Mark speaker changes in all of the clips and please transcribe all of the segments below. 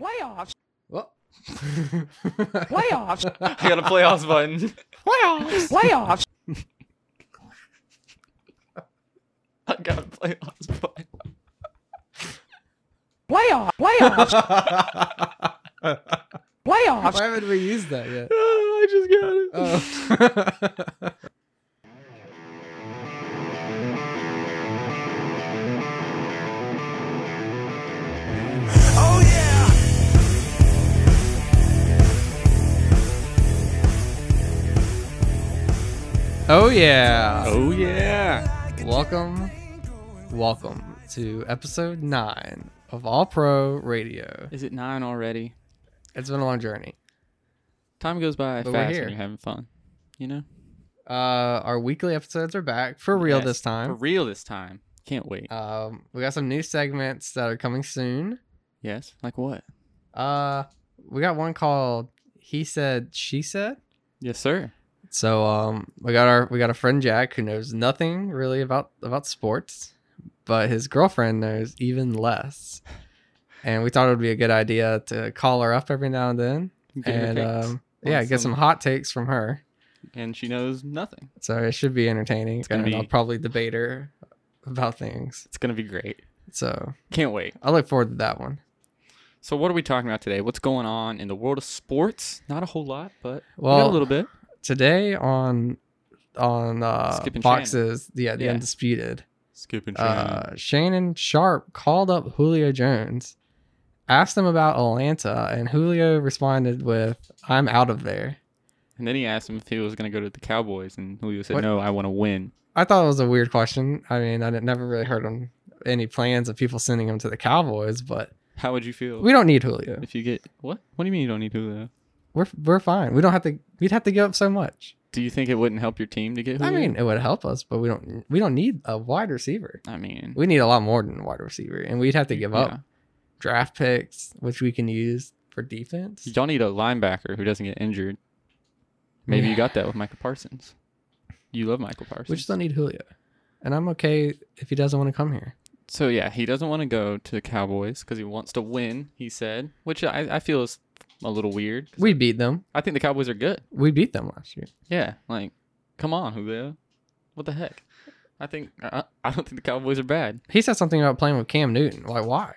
Speaker 1: Playoffs.
Speaker 2: Well,
Speaker 1: Playoffs.
Speaker 3: I got a playoffs button.
Speaker 1: Playoffs. Playoffs.
Speaker 3: I got a playoffs button.
Speaker 1: Playoffs. Playoffs. Playoffs.
Speaker 2: why haven't we used that yet?
Speaker 3: I just got it.
Speaker 2: Oh.
Speaker 4: Oh yeah!
Speaker 2: oh yeah.
Speaker 3: Oh yeah.
Speaker 2: Welcome, welcome to episode nine of All Pro Radio.
Speaker 3: Is it nine already?
Speaker 2: It's been a long journey.
Speaker 3: Time goes by
Speaker 2: But we're
Speaker 3: fast
Speaker 2: here.
Speaker 3: when you're having fun. You know?
Speaker 2: Uh, our weekly episodes are back for real
Speaker 3: Yes,
Speaker 2: this
Speaker 3: For
Speaker 2: time.
Speaker 3: real this time. Can't wait.
Speaker 2: Um, we got some new segments that are coming soon.
Speaker 3: yes? Like what?
Speaker 2: Uh, we got one called "He Said, She Said."
Speaker 3: Yes, sir.
Speaker 2: So um, we got our we got a friend Jack who knows nothing really about about sports, but his girlfriend knows even less. And we thought it would be a good idea to call her up every now and then,
Speaker 3: Get her
Speaker 2: and
Speaker 3: takes
Speaker 2: um, yeah, get some
Speaker 3: Awesome.
Speaker 2: hot takes from her.
Speaker 3: and she knows nothing.
Speaker 2: So it should be entertaining.
Speaker 3: gonna
Speaker 2: and I'll
Speaker 3: be-
Speaker 2: probably debate her about things.
Speaker 3: It's gonna be great.
Speaker 2: So
Speaker 3: Can't wait.
Speaker 2: I look forward to that one.
Speaker 3: So what are we talking about today? What's going on in the world of sports? Not a whole lot, but we got
Speaker 2: Well,
Speaker 3: a little bit.
Speaker 2: Today on on uh,
Speaker 3: Skip and Shannon.
Speaker 2: boxes, yeah, the
Speaker 3: Yeah.
Speaker 2: undisputed.
Speaker 3: Scooping
Speaker 2: uh, Shannon Sharp called up Julio Jones, asked him about Atlanta, and Julio responded with, "I'm out of there."
Speaker 3: and then he asked him if he was gonna go to the Cowboys, and Julio said,
Speaker 2: What?
Speaker 3: "No, I want to win."
Speaker 2: I thought it was a weird question. I mean, I didn't, never really heard on any plans of people sending him to the Cowboys, but
Speaker 3: How would you feel
Speaker 2: we don't need Julio.
Speaker 3: if you get what? What do you mean you don't need Julio?
Speaker 2: We're we're fine. We don't have to. We'd have to give up so much.
Speaker 3: Do you think it wouldn't help your team to get Julio?
Speaker 2: I mean, it would help us, but we don't. We don't need a wide receiver.
Speaker 3: I mean,
Speaker 2: We need a lot more than a wide receiver, and we'd have to give
Speaker 3: yeah.
Speaker 2: up draft picks, which we can use for defense.
Speaker 3: y'all need a linebacker who doesn't get injured. Maybe you
Speaker 2: Yeah.
Speaker 3: got that with Michael Parsons. You love Michael Parsons.
Speaker 2: We just don't need Julio. And I'm okay if he doesn't want to come here.
Speaker 3: So yeah, he doesn't want to go to the Cowboys because he wants to win. He said, which I, I feel is a little weird. 'cause
Speaker 2: We beat them.
Speaker 3: I think the Cowboys are good.
Speaker 2: We beat them last year.
Speaker 3: Yeah, like, come on, Julio, what the heck? I think I, I don't think the Cowboys are bad.
Speaker 2: He said something about playing with Cam Newton. Like, why?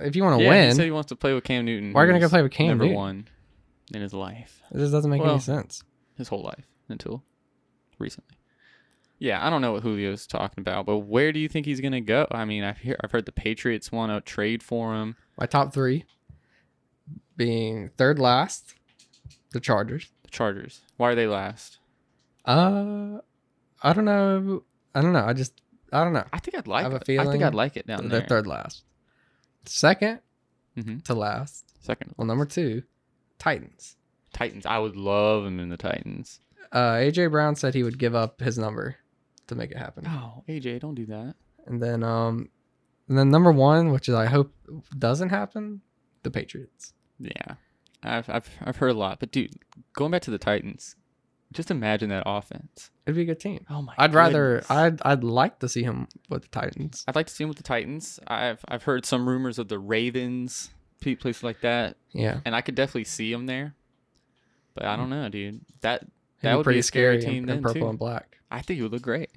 Speaker 2: If you want to
Speaker 3: yeah, he
Speaker 2: win,
Speaker 3: said he wants to play with Cam Newton.
Speaker 2: why are you going to
Speaker 3: who's
Speaker 2: go play with Cam
Speaker 3: Never
Speaker 2: Newton?
Speaker 3: won in his life,
Speaker 2: It just doesn't make
Speaker 3: Well-
Speaker 2: any sense.
Speaker 3: his whole life until recently. Yeah, I don't know what Julio's talking about, but where do you think he's gonna go? I mean, I've hear, I've heard the Patriots want to trade for him.
Speaker 2: My top three being third last, the Chargers.
Speaker 3: The Chargers. Why are they last?
Speaker 2: Uh, I don't know. I don't know. I just, I don't know.
Speaker 3: I think I'd like.
Speaker 2: I have a
Speaker 3: it. I think
Speaker 2: feeling
Speaker 3: I'd like it down
Speaker 2: They're
Speaker 3: there.
Speaker 2: third last. Second
Speaker 3: Mhm.
Speaker 2: to last.
Speaker 3: Second,
Speaker 2: Well, number two, Titans.
Speaker 3: Titans. I would love him in the Titans.
Speaker 2: Uh, AJ Brown said he would give up his number to make it happen.
Speaker 3: Oh, AJ, don't do that.
Speaker 2: And then um and then number one, which is I hope doesn't happen, the Patriots.
Speaker 3: Yeah, I've I've I've heard a lot, but dude, going back to the Titans, just imagine that offense.
Speaker 2: It'd be a good team.
Speaker 3: Oh my!
Speaker 2: I'd rather
Speaker 3: goodness.
Speaker 2: I'd I'd like to see him with the Titans.
Speaker 3: I'd like to see him with the Titans. I've I've heard some rumors of the Ravens, pe- places like that,
Speaker 2: Yeah.
Speaker 3: and I could definitely see him there. But
Speaker 2: Mm.
Speaker 3: I don't know, dude. That
Speaker 2: It'd
Speaker 3: that
Speaker 2: be
Speaker 3: would
Speaker 2: pretty
Speaker 3: be a
Speaker 2: scary
Speaker 3: scary team
Speaker 2: in,
Speaker 3: then
Speaker 2: in purple
Speaker 3: too.
Speaker 2: and black.
Speaker 3: I think he would look great,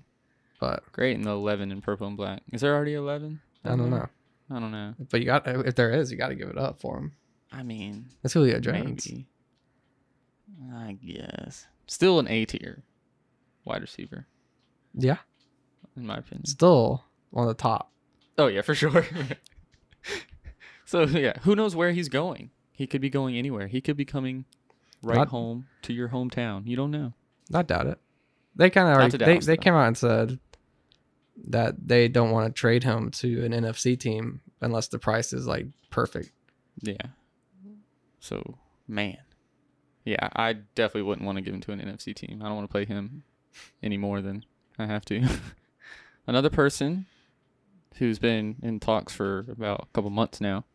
Speaker 2: But
Speaker 3: great in the eleven in purple and black. Is there already eleven?
Speaker 2: I don't know.
Speaker 3: I don't know.
Speaker 2: But you got if there is, you gotta give it up for him.
Speaker 3: I mean,
Speaker 2: It's Julio Jones.
Speaker 3: Maybe. I guess. Still an A tier wide receiver,
Speaker 2: Yeah.
Speaker 3: in my opinion.
Speaker 2: Still on the top.
Speaker 3: Oh, yeah, for sure. so, yeah, who knows where he's going? He could be going anywhere. He could be coming right
Speaker 2: Not-
Speaker 3: home to your hometown. You don't know.
Speaker 2: I doubt it. They kinda
Speaker 3: Not
Speaker 2: already
Speaker 3: to
Speaker 2: they,
Speaker 3: Dallas,
Speaker 2: they
Speaker 3: though.
Speaker 2: came out and said that they don't want to trade him to an NFC team unless the price is like perfect.
Speaker 3: Yeah. So, man. Yeah, I definitely wouldn't want to give him to an NFC team. I don't want to play him any more than I have to. Another person who's been in talks for about a couple months now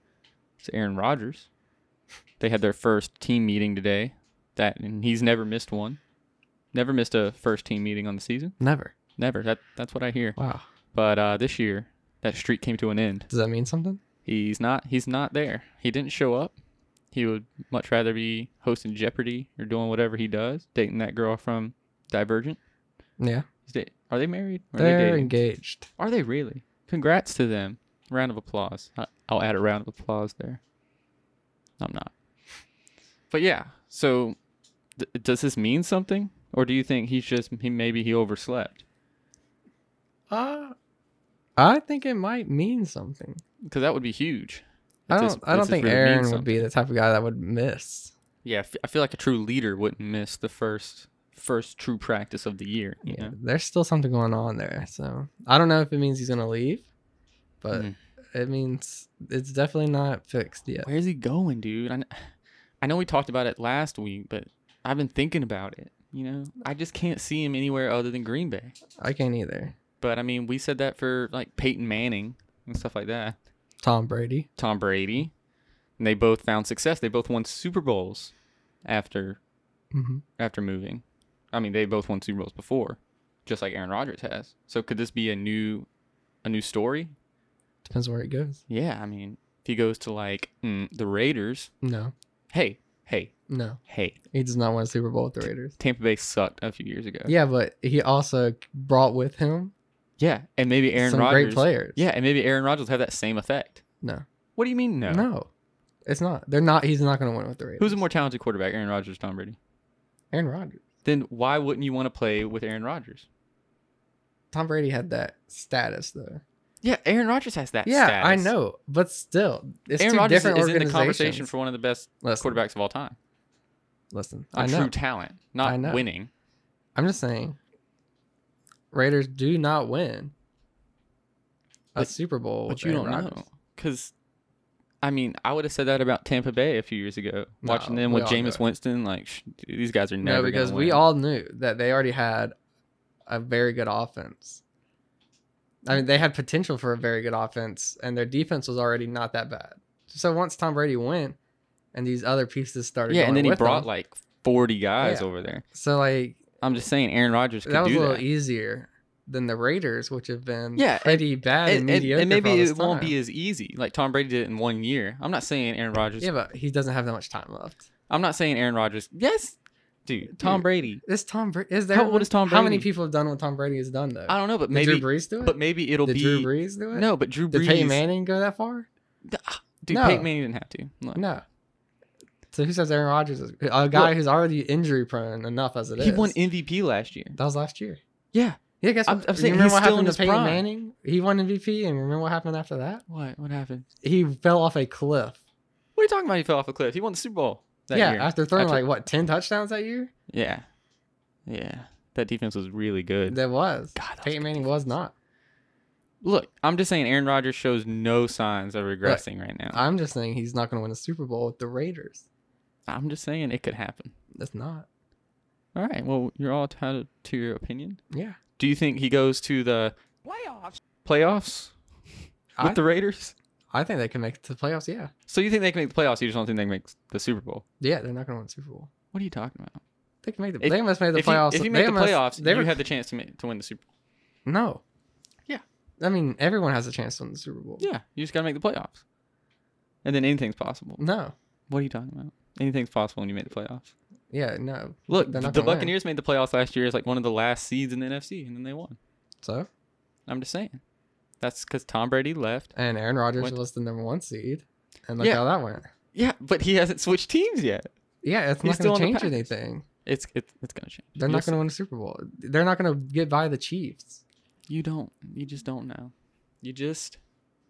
Speaker 3: is Aaron Rodgers. They had their first team meeting today. That and he's never missed one. Never missed a first team meeting on the season.
Speaker 2: Never.
Speaker 3: Never. That that's what I hear.
Speaker 2: Wow.
Speaker 3: But uh, this year that streak came to an end.
Speaker 2: Does that mean something?
Speaker 3: He's not. He's not there. He didn't show up. He would much rather be hosting Jeopardy or doing whatever he does, dating that girl from Divergent.
Speaker 2: Yeah,
Speaker 3: Is they, are they married? Or are they
Speaker 2: they're
Speaker 3: dating?
Speaker 2: engaged.
Speaker 3: Are they really? Congrats to them. Round of applause. I- I'll add a round of applause there. I'm not. But yeah, so d does this mean something, or do you think he's just he maybe he overslept?
Speaker 2: Uh, I think it might mean something.
Speaker 3: Because that would be huge.
Speaker 2: I
Speaker 3: if
Speaker 2: don't.
Speaker 3: this-
Speaker 2: I don't
Speaker 3: if this
Speaker 2: think
Speaker 3: really means
Speaker 2: Aaron would
Speaker 3: something.
Speaker 2: be the type of guy that would miss.
Speaker 3: Yeah, I fe- I feel like a true leader wouldn't miss the first first true practice of the year. You
Speaker 2: Yeah,
Speaker 3: know?
Speaker 2: there's still something going on there. So I don't know if it means he's gonna leave, but
Speaker 3: Mhm.
Speaker 2: it means it's definitely not fixed yet.
Speaker 3: Where's he going, dude? I, kn- I know we talked about it last week, but I've been thinking about it. You know, I just can't see him anywhere other than Green Bay.
Speaker 2: I can't either.
Speaker 3: But I mean, we said that for like Peyton Manning and stuff like that,
Speaker 2: Tom Brady.
Speaker 3: Tom Brady, and they both found success. They both won Super Bowls after
Speaker 2: hmm
Speaker 3: after moving. I mean, they both won Super Bowls before, just like Aaron Rodgers has. So could this be a new a new story?
Speaker 2: Depends where it goes.
Speaker 3: Yeah, I mean, if he goes to like mm, the Raiders,
Speaker 2: No,
Speaker 3: hey, hey,
Speaker 2: no,
Speaker 3: hey,
Speaker 2: he does not win a Super Bowl with the Raiders.
Speaker 3: Tampa Bay sucked a few years ago.
Speaker 2: Yeah, but he also brought with him
Speaker 3: yeah, and maybe Aaron
Speaker 2: some
Speaker 3: Rodgers.
Speaker 2: great players.
Speaker 3: Yeah, and maybe Aaron Rodgers have that same effect.
Speaker 2: No.
Speaker 3: What do you mean no?
Speaker 2: no, it's not. They're not. He's not going to win with the Raiders.
Speaker 3: Who's a more talented quarterback, Aaron Rodgers, or Tom Brady?
Speaker 2: Aaron Rodgers?
Speaker 3: Then why wouldn't you want to play with Aaron Rodgers?
Speaker 2: Tom Brady had that status though.
Speaker 3: Yeah, Aaron Rodgers has that.
Speaker 2: yeah, I
Speaker 3: status.
Speaker 2: know, but still, it's
Speaker 3: Aaron
Speaker 2: two
Speaker 3: Rodgers
Speaker 2: different
Speaker 3: is in the
Speaker 2: organizations.
Speaker 3: conversation for one of the best
Speaker 2: Listen.
Speaker 3: quarterbacks of all time.
Speaker 2: Listen, I
Speaker 3: On
Speaker 2: know.
Speaker 3: true talent, not
Speaker 2: I know.
Speaker 3: winning.
Speaker 2: I'm just saying, Raiders do not win a
Speaker 3: But-
Speaker 2: Super Bowl.
Speaker 3: But
Speaker 2: with
Speaker 3: you
Speaker 2: Aaron
Speaker 3: don't
Speaker 2: Rodgers.
Speaker 3: know because. I mean, I would have said that about Tampa Bay a few years ago.
Speaker 2: No,
Speaker 3: Watching them
Speaker 2: we
Speaker 3: with
Speaker 2: all know
Speaker 3: Jameis
Speaker 2: it.
Speaker 3: Winston, like sh- dude, these guys are never.
Speaker 2: No, because
Speaker 3: gonna
Speaker 2: we
Speaker 3: win.
Speaker 2: all knew that they already had a very good offense. I mean, they had potential for a very good offense, and their defense was already not that bad. So once Tom Brady went, and these other pieces started,
Speaker 3: Yeah, and
Speaker 2: going
Speaker 3: then he
Speaker 2: with
Speaker 3: brought
Speaker 2: him,
Speaker 3: like forty guys
Speaker 2: Yeah.
Speaker 3: over there.
Speaker 2: so like
Speaker 3: I'm just saying, Aaron Rodgers could
Speaker 2: that was a
Speaker 3: do
Speaker 2: little
Speaker 3: that.
Speaker 2: easier than the Raiders, which have been
Speaker 3: Yeah, and-
Speaker 2: pretty bad and,
Speaker 3: and, and-
Speaker 2: mediocre. for all
Speaker 3: and maybe
Speaker 2: this
Speaker 3: it won't be
Speaker 2: time.
Speaker 3: as easy. Like Tom Brady did it in one year. I'm not saying Aaron Rodgers.
Speaker 2: yeah, but he doesn't have that much time left.
Speaker 3: I'm not saying Aaron Rodgers. Yes, dude. Tom
Speaker 2: Dude.
Speaker 3: Brady.
Speaker 2: Is Tom Brady? Is there?
Speaker 3: How old is Tom
Speaker 2: How many
Speaker 3: Brady?
Speaker 2: people have done what Tom Brady has done though?
Speaker 3: I don't know, but
Speaker 2: Did
Speaker 3: maybe,
Speaker 2: Drew Brees do it?
Speaker 3: but maybe it'll
Speaker 2: Did
Speaker 3: be
Speaker 2: Drew Brees do it?
Speaker 3: no. But Drew
Speaker 2: Did
Speaker 3: Brees,
Speaker 2: Peyton Manning go that far?
Speaker 3: dude,
Speaker 2: No.
Speaker 3: Peyton Manning didn't have to. Look,
Speaker 2: No. So who says Aaron Rodgers is a guy
Speaker 3: Look.
Speaker 2: who's already injury prone enough as it is?
Speaker 3: he won MVP last year.
Speaker 2: that was last year.
Speaker 3: Yeah.
Speaker 2: Yeah, guess
Speaker 3: I'm-
Speaker 2: what?
Speaker 3: I'm
Speaker 2: You
Speaker 3: saying
Speaker 2: remember
Speaker 3: he's
Speaker 2: what
Speaker 3: still
Speaker 2: happened
Speaker 3: in
Speaker 2: to
Speaker 3: his
Speaker 2: Peyton
Speaker 3: prime.
Speaker 2: Manning? He won MVP, and remember what happened after that?
Speaker 3: What? What happened?
Speaker 2: He fell off a cliff.
Speaker 3: What are you talking about? He fell off a cliff. He won the Super Bowl that
Speaker 2: yeah,
Speaker 3: year.
Speaker 2: after throwing
Speaker 3: After-
Speaker 2: like what ten touchdowns that year?
Speaker 3: yeah, yeah. That defense was really good.
Speaker 2: That was
Speaker 3: God, that was
Speaker 2: Peyton Manning was not.
Speaker 3: Look, I'm just saying Aaron Rodgers shows no signs of regressing right now.
Speaker 2: I'm just saying he's not going to win a Super Bowl with the Raiders.
Speaker 3: I'm just saying it could happen.
Speaker 2: That's not.
Speaker 3: All right. Well, you're all entitled to your opinion.
Speaker 2: Yeah,
Speaker 3: Do you think he goes to the
Speaker 1: Playoffs.
Speaker 3: playoffs with
Speaker 2: I-
Speaker 3: the Raiders?
Speaker 2: I think they can make it to the playoffs. Yeah,
Speaker 3: So you think they can make the playoffs? You just don't think they can make the Super Bowl?
Speaker 2: yeah, they're not going to win the Super Bowl.
Speaker 3: What are you talking about?
Speaker 2: They can make the.
Speaker 3: If-
Speaker 2: they almost made the
Speaker 3: if,
Speaker 2: playoffs.
Speaker 3: you, if
Speaker 2: they
Speaker 3: you make the
Speaker 2: almost-
Speaker 3: playoffs,
Speaker 2: they
Speaker 3: you
Speaker 2: were
Speaker 3: have the chance to, make, to win the Super Bowl.
Speaker 2: No.
Speaker 3: Yeah.
Speaker 2: I mean, everyone has a chance to win the Super Bowl.
Speaker 3: Yeah, you just gotta make the playoffs, and then anything's possible.
Speaker 2: No.
Speaker 3: What are you talking about? Anything's possible when you make the playoffs.
Speaker 2: Yeah, no.
Speaker 3: Look,
Speaker 2: They're not
Speaker 3: the
Speaker 2: gonna win.
Speaker 3: Buccaneers made the playoffs last year as like one of the last seeds in the NFC, and then they won.
Speaker 2: So,
Speaker 3: I'm just saying, that's because Tom Brady left.
Speaker 2: and Aaron Rodgers
Speaker 3: What?
Speaker 2: was the number one seed, and look
Speaker 3: Yeah.
Speaker 2: how that went.
Speaker 3: Yeah, but he hasn't switched teams yet.
Speaker 2: Yeah, it's
Speaker 3: He's
Speaker 2: not
Speaker 3: still
Speaker 2: going
Speaker 3: on
Speaker 2: to
Speaker 3: the
Speaker 2: change
Speaker 3: Packers.
Speaker 2: anything.
Speaker 3: It's it's, it's gonna change.
Speaker 2: They're
Speaker 3: You'll
Speaker 2: not
Speaker 3: see.
Speaker 2: going to win a Super Bowl. They're not going to get by the Chiefs.
Speaker 3: You don't. You just don't know. You just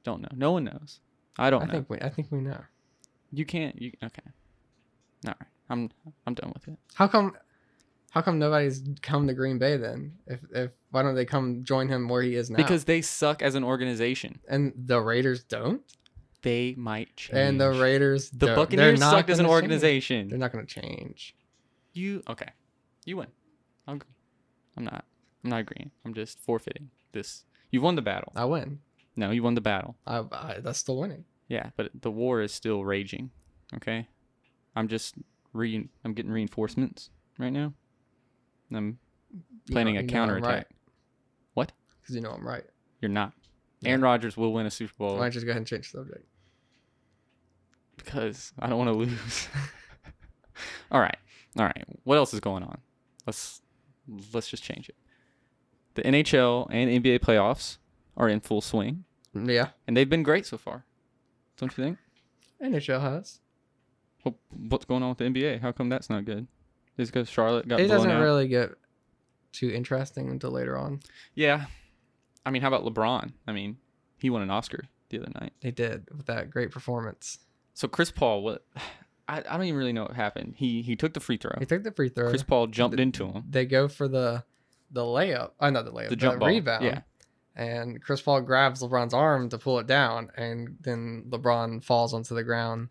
Speaker 3: don't know. No one knows. I don't
Speaker 2: I
Speaker 3: know.
Speaker 2: think we. I think we know.
Speaker 3: You can't. You okay? All right. I'm I'm done with it.
Speaker 2: How come? How come nobody's come to Green Bay then? If if why don't they come join him where he is now?
Speaker 3: Because they suck as an organization.
Speaker 2: and the Raiders don't,
Speaker 3: They might change.
Speaker 2: and the Raiders
Speaker 3: the
Speaker 2: don't. They're
Speaker 3: Buccaneers
Speaker 2: not
Speaker 3: sucked as an
Speaker 2: gonna change.
Speaker 3: organization.
Speaker 2: They're not going to change.
Speaker 3: You okay? You win. I'm. I'm not. I'm not agreeing. I'm just forfeiting this. You won the battle.
Speaker 2: I win.
Speaker 3: No, you won the battle.
Speaker 2: I, I that's still winning.
Speaker 3: Yeah, but the war is still raging. Okay, I'm just re. I'm getting reinforcements right now. And I'm
Speaker 2: You
Speaker 3: planning
Speaker 2: know-
Speaker 3: a
Speaker 2: you know I'm
Speaker 3: counterattack.
Speaker 2: right.
Speaker 3: What?
Speaker 2: Because you know I'm right.
Speaker 3: You're not. Aaron Rodgers will win a Super
Speaker 2: Why
Speaker 3: Bowl
Speaker 2: don't you just go ahead and change the subject?
Speaker 3: because I don't want to lose. all right, all right. What else is going on? Let's let's just change it. The NHL and NBA playoffs are in full swing,
Speaker 2: Yeah.
Speaker 3: and they've been great so far. Don't you think?
Speaker 2: NHL has.
Speaker 3: What, what's going on with the NBA? How come that's not good? Is because Charlotte got
Speaker 2: It
Speaker 3: blown
Speaker 2: doesn't
Speaker 3: out?
Speaker 2: really get too interesting until later on.
Speaker 3: Yeah. I mean, how about LeBron? I mean, he won an Oscar the other night.
Speaker 2: They did with that great performance.
Speaker 3: So Chris Paul, what? I, I don't even really know what happened. He he took the free throw.
Speaker 2: He took the free throw.
Speaker 3: Chris Paul jumped into him.
Speaker 2: they go for the the layup. Oh, not the layup.
Speaker 3: The jump ball.
Speaker 2: rebound.
Speaker 3: Yeah.
Speaker 2: And Chris Paul grabs LeBron's arm to pull it down, and then LeBron falls onto the ground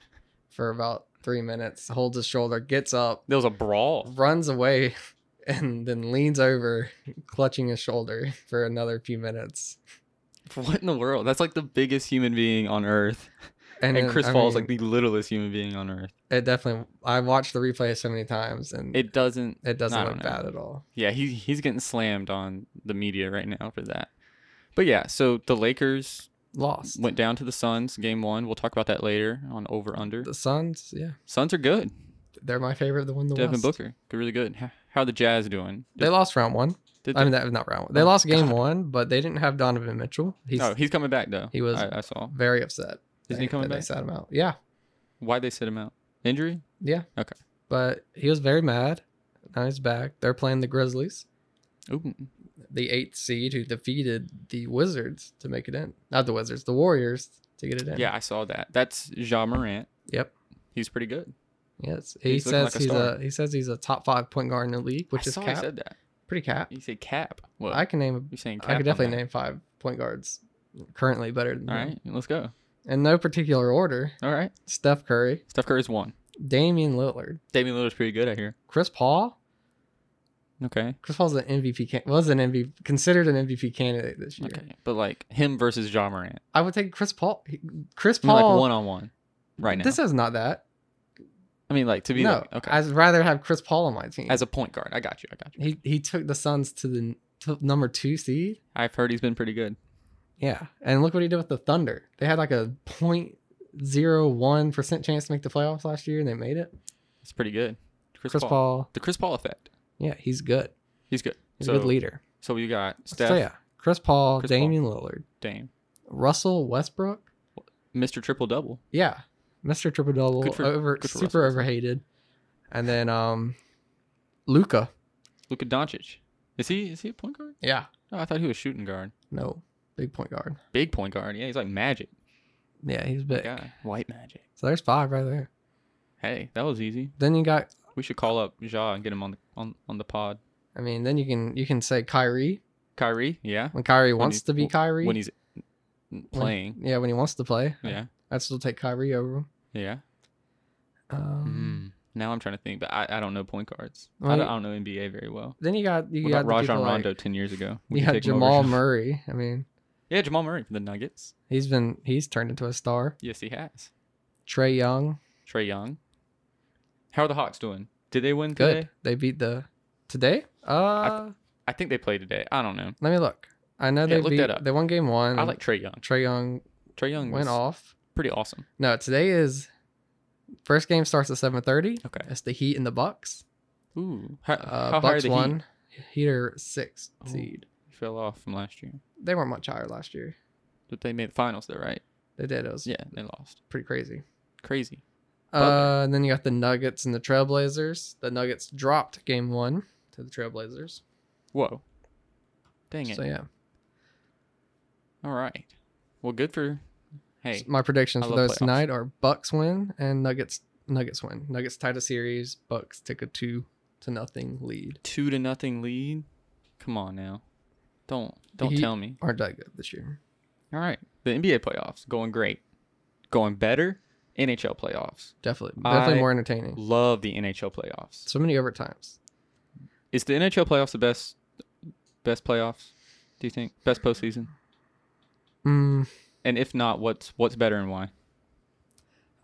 Speaker 2: for about three minutes. Holds his shoulder, gets up,
Speaker 3: There was a brawl.
Speaker 2: runs away, and then leans over, clutching his shoulder for another few minutes.
Speaker 3: What in the world? That's like the biggest human being on earth. And,
Speaker 2: then,
Speaker 3: Chris
Speaker 2: I
Speaker 3: Paul's
Speaker 2: mean,
Speaker 3: like the littlest human being on earth.
Speaker 2: it definitely. I watched the replay so many times, and it,
Speaker 3: It doesn't. I
Speaker 2: doesn't
Speaker 3: don't
Speaker 2: look
Speaker 3: know.
Speaker 2: bad at all.
Speaker 3: Yeah, he he's getting slammed on the media right now for that. But yeah, so the Lakers
Speaker 2: Lost.
Speaker 3: went down to the Suns game one. We'll talk about that later on over under.
Speaker 2: The Suns, yeah,
Speaker 3: Suns are good.
Speaker 2: they're my favorite. The one the
Speaker 3: Devin
Speaker 2: West.
Speaker 3: Booker, good- really good. How, how are the Jazz doing?
Speaker 2: They lost round one.
Speaker 3: Did
Speaker 2: I mean, that not round one. They
Speaker 3: Oh,
Speaker 2: lost game
Speaker 3: God.
Speaker 2: one, but they didn't have Donovan Mitchell. He's
Speaker 3: oh, he's coming back though.
Speaker 2: he was-
Speaker 3: I, I saw.
Speaker 2: very upset. that-
Speaker 3: Isn't he coming
Speaker 2: that They
Speaker 3: back?
Speaker 2: sat him out. Yeah,
Speaker 3: Why they sit him out? Injury?
Speaker 2: yeah.
Speaker 3: Okay.
Speaker 2: But he was very mad. Now he's back. They're playing the Grizzlies,
Speaker 3: Ooh,
Speaker 2: the eighth seed who defeated the Wizards to make it in. Not the Wizards, the Warriors to get it in.
Speaker 3: yeah, I saw that. That's Ja Morant.
Speaker 2: Yep.
Speaker 3: He's pretty good.
Speaker 2: Yes. He
Speaker 3: He's looking
Speaker 2: says
Speaker 3: like a
Speaker 2: he's
Speaker 3: star.
Speaker 2: a he says he's a top five point guard in the league, which
Speaker 3: I
Speaker 2: is
Speaker 3: saw
Speaker 2: cap.
Speaker 3: He said that.
Speaker 2: Pretty cap.
Speaker 3: You say cap. Well,
Speaker 2: I can name.
Speaker 3: you're saying cap.
Speaker 2: I
Speaker 3: on
Speaker 2: could definitely
Speaker 3: that.
Speaker 2: name five point guards currently better than
Speaker 3: All
Speaker 2: him.
Speaker 3: right, let's go.
Speaker 2: In no particular order:
Speaker 3: All right,
Speaker 2: Steph Curry,
Speaker 3: Steph Curry's one.
Speaker 2: Damian Lillard.
Speaker 3: Damian Lillard's pretty good, I hear.
Speaker 2: Chris Paul.
Speaker 3: Okay.
Speaker 2: Chris Paul's an MVP can- was an MVP considered an MVP candidate this year.
Speaker 3: Okay. But like him versus Ja Morant,
Speaker 2: I would take Chris Paul. he- Chris
Speaker 3: I mean,
Speaker 2: Paul
Speaker 3: like one on one, right now.
Speaker 2: This is not that.
Speaker 3: I mean, like to be
Speaker 2: no,
Speaker 3: like, okay,
Speaker 2: I'd rather have Chris Paul on my team.
Speaker 3: as a point guard. I got you. I got you.
Speaker 2: he he took the Suns to the n- to number two seed.
Speaker 3: I've heard he's been pretty good.
Speaker 2: Yeah, and look what he did with the Thunder. They had like a point zero one percent chance to make the playoffs last year, and they made it.
Speaker 3: It's pretty good.
Speaker 2: Chris, Paul.
Speaker 3: The Chris Paul effect.
Speaker 2: yeah, he's good.
Speaker 3: He's good.
Speaker 2: He's
Speaker 3: so,
Speaker 2: a good leader.
Speaker 3: so you got Steph,
Speaker 2: So yeah, Chris Paul,
Speaker 3: Chris Paul.
Speaker 2: Damian Lillard,
Speaker 3: Dame,
Speaker 2: Russell Westbrook.
Speaker 3: Mr. Triple Double.
Speaker 2: Yeah, Mr. Triple Double
Speaker 3: Good for-
Speaker 2: over
Speaker 3: good for
Speaker 2: super
Speaker 3: Russell.
Speaker 2: overhated, and then um, Luca.
Speaker 3: Luka Doncic. Is he is he a point guard?
Speaker 2: Yeah,
Speaker 3: No, I thought he was shooting guard.
Speaker 2: no big point guard.
Speaker 3: Big point guard. Yeah, he's like magic.
Speaker 2: Yeah, he's big.
Speaker 3: Guy. White magic.
Speaker 2: So there's five right there.
Speaker 3: Hey, that was easy.
Speaker 2: Then you got.
Speaker 3: We should call up Ja and get him on the on, on the pod.
Speaker 2: I mean, then you can you can say Kyrie
Speaker 3: Kyrie, yeah.
Speaker 2: when Kyrie
Speaker 3: When
Speaker 2: wants
Speaker 3: he's-
Speaker 2: to be Kyrie.
Speaker 3: When he's n-
Speaker 2: When-
Speaker 3: playing.
Speaker 2: yeah, when he wants to play.
Speaker 3: yeah.
Speaker 2: I'd still take Kyrie over him.
Speaker 3: Yeah.
Speaker 2: Um,
Speaker 3: Mm. Now I'm trying to think, but I, I don't know point guards. I,
Speaker 2: Well,
Speaker 3: don't,
Speaker 2: you-
Speaker 3: I don't know NBA very well.
Speaker 2: Then you got you
Speaker 3: Mm. What
Speaker 2: got
Speaker 3: about
Speaker 2: the people
Speaker 3: Rajon
Speaker 2: like-
Speaker 3: Rondo ten years ago? We
Speaker 2: you got
Speaker 3: could take him over
Speaker 2: Jamal
Speaker 3: Ja-
Speaker 2: Murray. I mean,
Speaker 3: Yeah, Jamal Murray for the Nuggets.
Speaker 2: he's been he's turned into a star.
Speaker 3: Yes, he has.
Speaker 2: Trey Young,
Speaker 3: Trey Young. How are the Hawks doing? Did they win
Speaker 2: good.
Speaker 3: today?
Speaker 2: They beat the today. Uh,
Speaker 3: I think they played today. I don't know.
Speaker 2: let me look. I know
Speaker 3: Yeah,
Speaker 2: they
Speaker 3: look
Speaker 2: beat,
Speaker 3: that up.
Speaker 2: they won game one.
Speaker 3: I like Trey Young.
Speaker 2: Trey Young
Speaker 3: Trey Young
Speaker 2: went
Speaker 3: was
Speaker 2: off.
Speaker 3: pretty awesome.
Speaker 2: No, today is first game starts at seven thirty.
Speaker 3: Okay.
Speaker 2: It's the Heat and the Bucks.
Speaker 3: Ooh. How,
Speaker 2: Uh,
Speaker 3: how high are
Speaker 2: Bucks
Speaker 3: the Heat?
Speaker 2: won. Heat are sixth
Speaker 3: Oh.
Speaker 2: seed.
Speaker 3: Fell off from last year.
Speaker 2: They weren't much higher last year.
Speaker 3: But they made the finals though, right?
Speaker 2: They did. It was
Speaker 3: Yeah, they lost.
Speaker 2: pretty crazy.
Speaker 3: Crazy. Butler.
Speaker 2: Uh, and then you got the Nuggets and the Trailblazers. The Nuggets dropped game one to the Trailblazers.
Speaker 3: Whoa. Dang it.
Speaker 2: So yeah,
Speaker 3: All right. Well, good for. Hey,
Speaker 2: my predictions
Speaker 3: I
Speaker 2: for
Speaker 3: love
Speaker 2: those
Speaker 3: playoffs.
Speaker 2: tonight are Bucks win and Nuggets Nuggets win. Nuggets tied a series. Bucks take a two to nothing lead.
Speaker 3: two to nothing lead. Come on now. Don't don't
Speaker 2: Heat
Speaker 3: tell me.
Speaker 2: Aren't that good this year?
Speaker 3: All right. The NBA playoffs going great, going better. NHL playoffs.
Speaker 2: Definitely, definitely
Speaker 3: I-
Speaker 2: more entertaining.
Speaker 3: Love the NHL playoffs.
Speaker 2: So many overtimes.
Speaker 3: Is the NHL playoffs the best best playoffs? Do you think best postseason?
Speaker 2: Mm,
Speaker 3: And if not, what's what's better and why?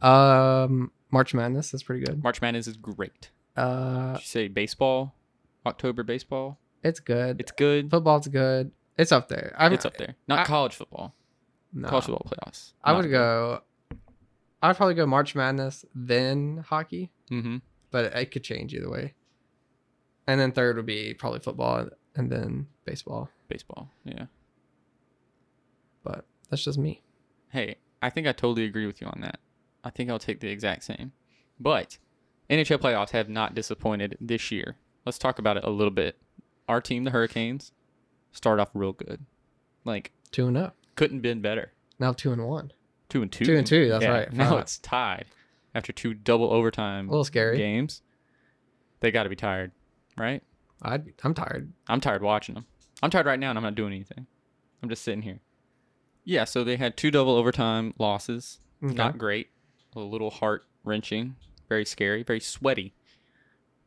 Speaker 2: um, March Madness is pretty good.
Speaker 3: March Madness is great.
Speaker 2: Uh,
Speaker 3: Did you say baseball, October baseball.
Speaker 2: it's good.
Speaker 3: It's good.
Speaker 2: Football's good. It's up there. I'm,
Speaker 3: it's up there. Not
Speaker 2: I-
Speaker 3: college football.
Speaker 2: no.
Speaker 3: College football playoffs.
Speaker 2: I
Speaker 3: Not
Speaker 2: would
Speaker 3: good.
Speaker 2: go I'd probably go March Madness, then hockey,
Speaker 3: Mm-hmm.
Speaker 2: but it could change either way. And then third would be probably football and then baseball.
Speaker 3: Baseball. Yeah.
Speaker 2: But that's just me.
Speaker 3: Hey, I think I totally agree with you on that. I think I'll take the exact same. But NHL playoffs have not disappointed this year. Let's talk about it a little bit. Our team, the Hurricanes, start off real good. Like,
Speaker 2: Two and up.
Speaker 3: couldn't been better.
Speaker 2: Now two and one.
Speaker 3: Two and two.
Speaker 2: Two and two, that's
Speaker 3: Yeah,
Speaker 2: right.
Speaker 3: Now
Speaker 2: Fuck.
Speaker 3: it's tied after two double overtime
Speaker 2: A little scary.
Speaker 3: games. They got to be tired, right?
Speaker 2: I'd be, I'm tired.
Speaker 3: I'm tired watching them. I'm tired right now and I'm not doing anything. I'm just sitting here. Yeah, so they had two double overtime losses.
Speaker 2: Okay.
Speaker 3: Not great. A little heart wrenching. Very scary. Very sweaty.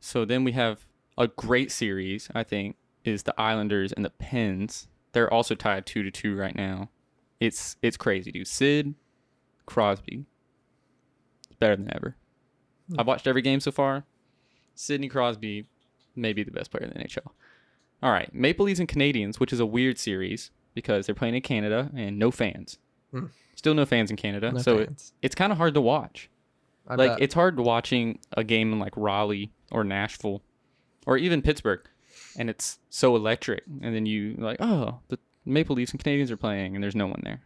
Speaker 3: So then we have a great series, I think, is the Islanders and the Pens. They're also tied two to two right now. It's it's crazy, dude. Sid Crosby. It's better than ever.
Speaker 2: Hmm.
Speaker 3: I've watched every game so far. Sidney Crosby may be the best player in the NHL. All right, Maple Leafs and Canadians, which is a weird series because they're playing in Canada and no fans.
Speaker 2: Hmm.
Speaker 3: Still no fans in Canada,
Speaker 2: No
Speaker 3: so it-
Speaker 2: fans.
Speaker 3: it's kind of hard to watch.
Speaker 2: I
Speaker 3: like
Speaker 2: bet.
Speaker 3: it's hard watching a game in like Raleigh or Nashville or even Pittsburgh, and it's so electric. And then you like, oh, the Maple Leafs and Canadians are playing, and there's no one there.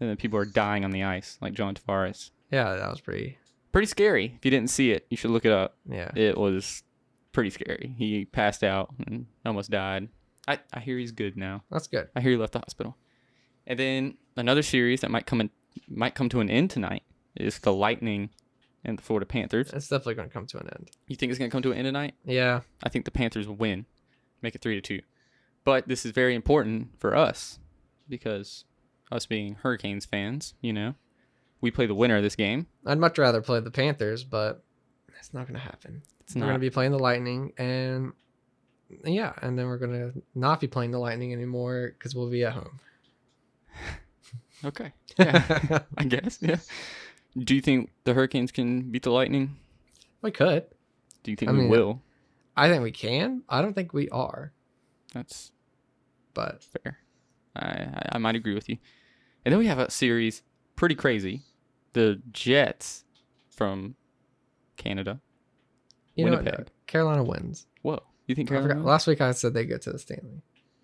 Speaker 3: And then people are dying on the ice, like John Tavares.
Speaker 2: yeah, that was pretty.
Speaker 3: Pretty scary. If you didn't see it, you should look it up
Speaker 2: Yeah.
Speaker 3: it was pretty scary. He passed out and almost died. I, I hear he's good now.
Speaker 2: That's good.
Speaker 3: I hear he left the hospital. And then another series that might come in, might come to an end tonight is the Lightning and the Florida Panthers.
Speaker 2: It's definitely going to come to an end.
Speaker 3: You think it's gonna come to an end tonight?
Speaker 2: Yeah.
Speaker 3: I think the Panthers will win, make it three to two. But this is very important for us because us being Hurricanes fans, you know, we play the winner of this game.
Speaker 2: I'd much rather play the Panthers, but it's not going to happen.
Speaker 3: It's
Speaker 2: we're
Speaker 3: not
Speaker 2: going to be playing the Lightning, and yeah, and then we're going to not be playing the Lightning anymore because we'll be at home.
Speaker 3: okay. Yeah. I guess. Yeah. Do you think the Hurricanes can beat the Lightning?
Speaker 2: we could.
Speaker 3: Do you think
Speaker 2: I
Speaker 3: we
Speaker 2: mean-
Speaker 3: will?
Speaker 2: I think we can. I don't think we are,
Speaker 3: That's
Speaker 2: but
Speaker 3: fair. I, I I might agree with you. And then we have a series pretty crazy. The Jets from Canada.
Speaker 2: you know what?
Speaker 3: Winnipeg.
Speaker 2: Carolina wins.
Speaker 3: Whoa. You think
Speaker 2: I forgot-
Speaker 3: Carolina?
Speaker 2: Last week I said they go to the Stanley.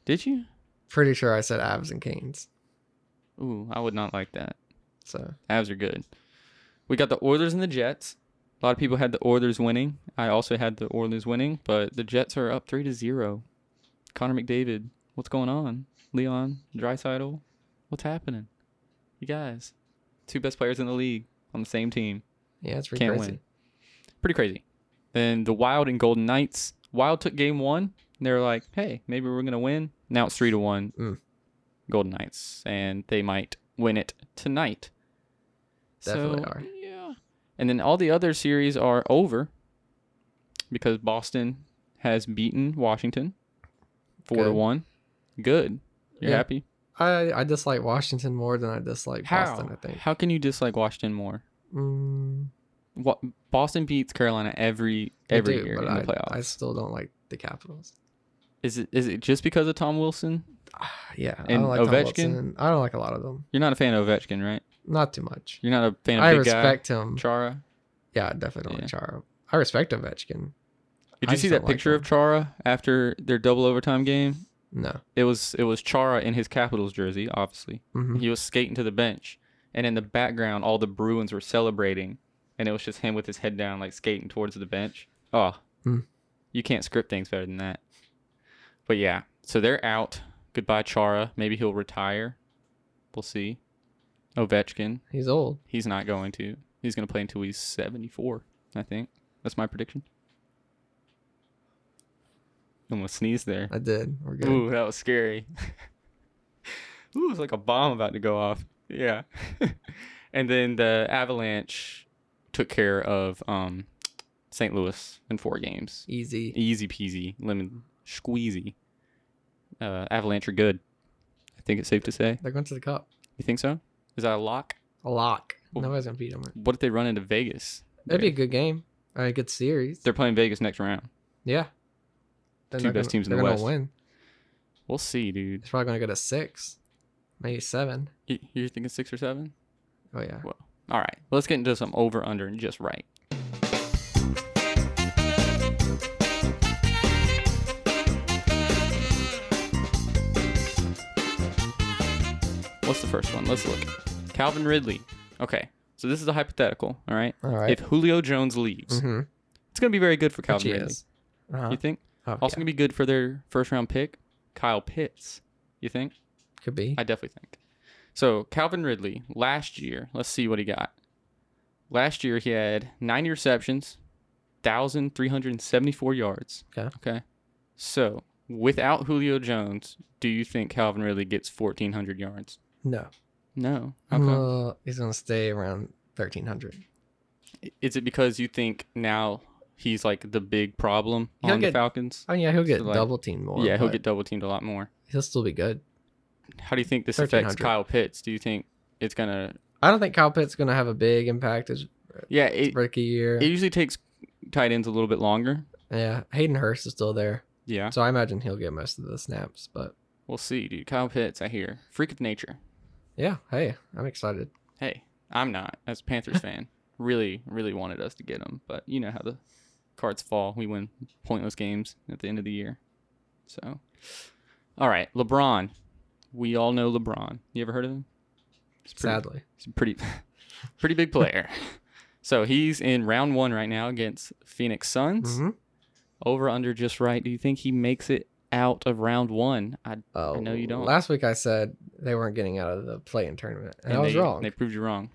Speaker 3: Did you?
Speaker 2: Pretty sure I said Avs and Canes.
Speaker 3: Ooh, I would not like that.
Speaker 2: So
Speaker 3: Avs are good. We got the Oilers and the Jets. A lot of people had the Oilers winning. I also had the Oilers winning, but the Jets are up three to zero. Connor McDavid, what's going on? Leon Drysidle, what's happening? You guys, two best players in the league on the same team.
Speaker 2: yeah, it's pretty
Speaker 3: Can't
Speaker 2: crazy.
Speaker 3: win. Pretty crazy. Then the Wild and Golden Knights. Wild took game one. They're like, hey, maybe we're gonna win. Now it's three to one.
Speaker 2: Mm.
Speaker 3: Golden Knights, and they might win it tonight.
Speaker 2: Definitely
Speaker 3: So,
Speaker 2: are.
Speaker 3: Yeah. And then all the other series are over because Boston has beaten Washington four to
Speaker 2: Good.
Speaker 3: one. Good. You're
Speaker 2: Yeah.
Speaker 3: happy.
Speaker 2: I I dislike Washington more than I dislike Boston. I think.
Speaker 3: How can you dislike Washington more?
Speaker 2: Mm,
Speaker 3: What Boston beats Carolina every
Speaker 2: they
Speaker 3: every
Speaker 2: do,
Speaker 3: year
Speaker 2: but
Speaker 3: in
Speaker 2: I,
Speaker 3: the playoffs.
Speaker 2: I still don't like the Capitals.
Speaker 3: Is it is it just because of Tom Wilson?
Speaker 2: Ah, Yeah, I
Speaker 3: And
Speaker 2: don't like
Speaker 3: Ovechkin?
Speaker 2: Tom Wilson. I don't like a lot of them.
Speaker 3: You're not a fan of Ovechkin, right?
Speaker 2: Not too much.
Speaker 3: You're not a fan of
Speaker 2: I
Speaker 3: big
Speaker 2: respect
Speaker 3: guy
Speaker 2: him.
Speaker 3: Chara.
Speaker 2: yeah, I definitely don't like Chara. I respect Ovechkin.
Speaker 3: Did
Speaker 2: I
Speaker 3: you
Speaker 2: just
Speaker 3: see that
Speaker 2: don't like
Speaker 3: picture of
Speaker 2: him.
Speaker 3: Chara after their double overtime game?
Speaker 2: No.
Speaker 3: It was it was Chara in his Capitals jersey, obviously.
Speaker 2: Mhm.
Speaker 3: He was skating to the bench, and in the background, all the Bruins were celebrating, and it was just him with his head down, like skating towards the bench. Oh,
Speaker 2: Hmm.
Speaker 3: you can't script things better than that. But yeah, so they're out. Goodbye, Chara. Maybe he'll retire. We'll see. Ovechkin,
Speaker 2: He's old.
Speaker 3: he's not going to. He's going to play until he's 74, I think. That's my prediction. Almost sneezed there.
Speaker 2: I did. We're good.
Speaker 3: Ooh, that was scary. Ooh, it's like a bomb about to go off. Yeah. and then the Avalanche took care of um, St. Louis in four games.
Speaker 2: Easy.
Speaker 3: Easy peasy, lemon squeezy. Uh, Avalanche are good. I think it's safe to say.
Speaker 2: They're going to the cup.
Speaker 3: You think so? Is that a lock?
Speaker 2: A lock.
Speaker 3: Ooh.
Speaker 2: Nobody's gonna beat them.
Speaker 3: What if they run into Vegas?
Speaker 2: That'd be a
Speaker 3: They're-
Speaker 2: good game. Or a good series.
Speaker 3: They're playing Vegas next round.
Speaker 2: yeah. Then
Speaker 3: Two
Speaker 2: they're
Speaker 3: best
Speaker 2: gonna-
Speaker 3: teams in the
Speaker 2: they're gonna
Speaker 3: West.
Speaker 2: win.
Speaker 3: We'll see, dude.
Speaker 2: It's probably gonna go to six, maybe seven.
Speaker 3: Y- You're thinking six or seven?
Speaker 2: Oh yeah.
Speaker 3: Whoa. All right, let's get into some over under and just right. What's the first one? Let's look. Calvin Ridley. Okay, so this is a hypothetical. All right.
Speaker 2: All right.
Speaker 3: If Julio Jones leaves,
Speaker 2: Mm-hmm.
Speaker 3: it's gonna be very good for Calvin
Speaker 2: She
Speaker 3: Ridley.
Speaker 2: is. Uh-huh.
Speaker 3: You think?
Speaker 2: Oh,
Speaker 3: Also
Speaker 2: yeah.
Speaker 3: gonna be good for their first round pick, Kyle Pitts. You think?
Speaker 2: Could be.
Speaker 3: I definitely think. So Calvin Ridley last year, let's see what he got. Last year he had nine receptions, thousand three hundred and seventy-four yards.
Speaker 2: Okay.
Speaker 3: Okay. So without Julio Jones, do you think Calvin Ridley gets fourteen hundred yards?
Speaker 2: no.
Speaker 3: No.
Speaker 2: I'm a
Speaker 3: How come?
Speaker 2: little- he's going to stay around 1,300.
Speaker 3: Is it because you think now he's like the big problem
Speaker 2: He'll
Speaker 3: on the
Speaker 2: get-
Speaker 3: Falcons?
Speaker 2: Oh, yeah. He'll get
Speaker 3: like-
Speaker 2: double teamed more.
Speaker 3: yeah, he'll
Speaker 2: but
Speaker 3: get double teamed a lot more.
Speaker 2: He'll still be good.
Speaker 3: How do you think this affects
Speaker 2: 1300.
Speaker 3: Kyle Pitts? Do you think it's gonna?
Speaker 2: I don't think Kyle Pitt's going to have a big impact his
Speaker 3: Yeah, it,
Speaker 2: rookie year.
Speaker 3: it usually takes tight ends a little bit longer.
Speaker 2: yeah. Hayden Hurst is still there.
Speaker 3: Yeah,
Speaker 2: So I imagine he'll get most of the snaps. But
Speaker 3: we'll see, dude. Kyle Pitts, I hear, freak of nature.
Speaker 2: yeah. Hey, I'm excited.
Speaker 3: Hey, I'm not as a Panthers fan. Really, really wanted us to get him, but you know how the cards fall. We win pointless games at the end of the year. So, all right, LeBron. We all know LeBron. You ever heard of him? It's pretty-
Speaker 2: Sadly.
Speaker 3: He's a pretty, pretty big player. so he's in round one right now against Phoenix Suns.
Speaker 2: Mhm.
Speaker 3: Over under just right. Do you think he makes it out of round one? I and,
Speaker 2: Oh,
Speaker 3: know you don't.
Speaker 2: Last week I said they weren't getting out of the play-in tournament, and, I was
Speaker 3: they,
Speaker 2: wrong.
Speaker 3: They proved you wrong.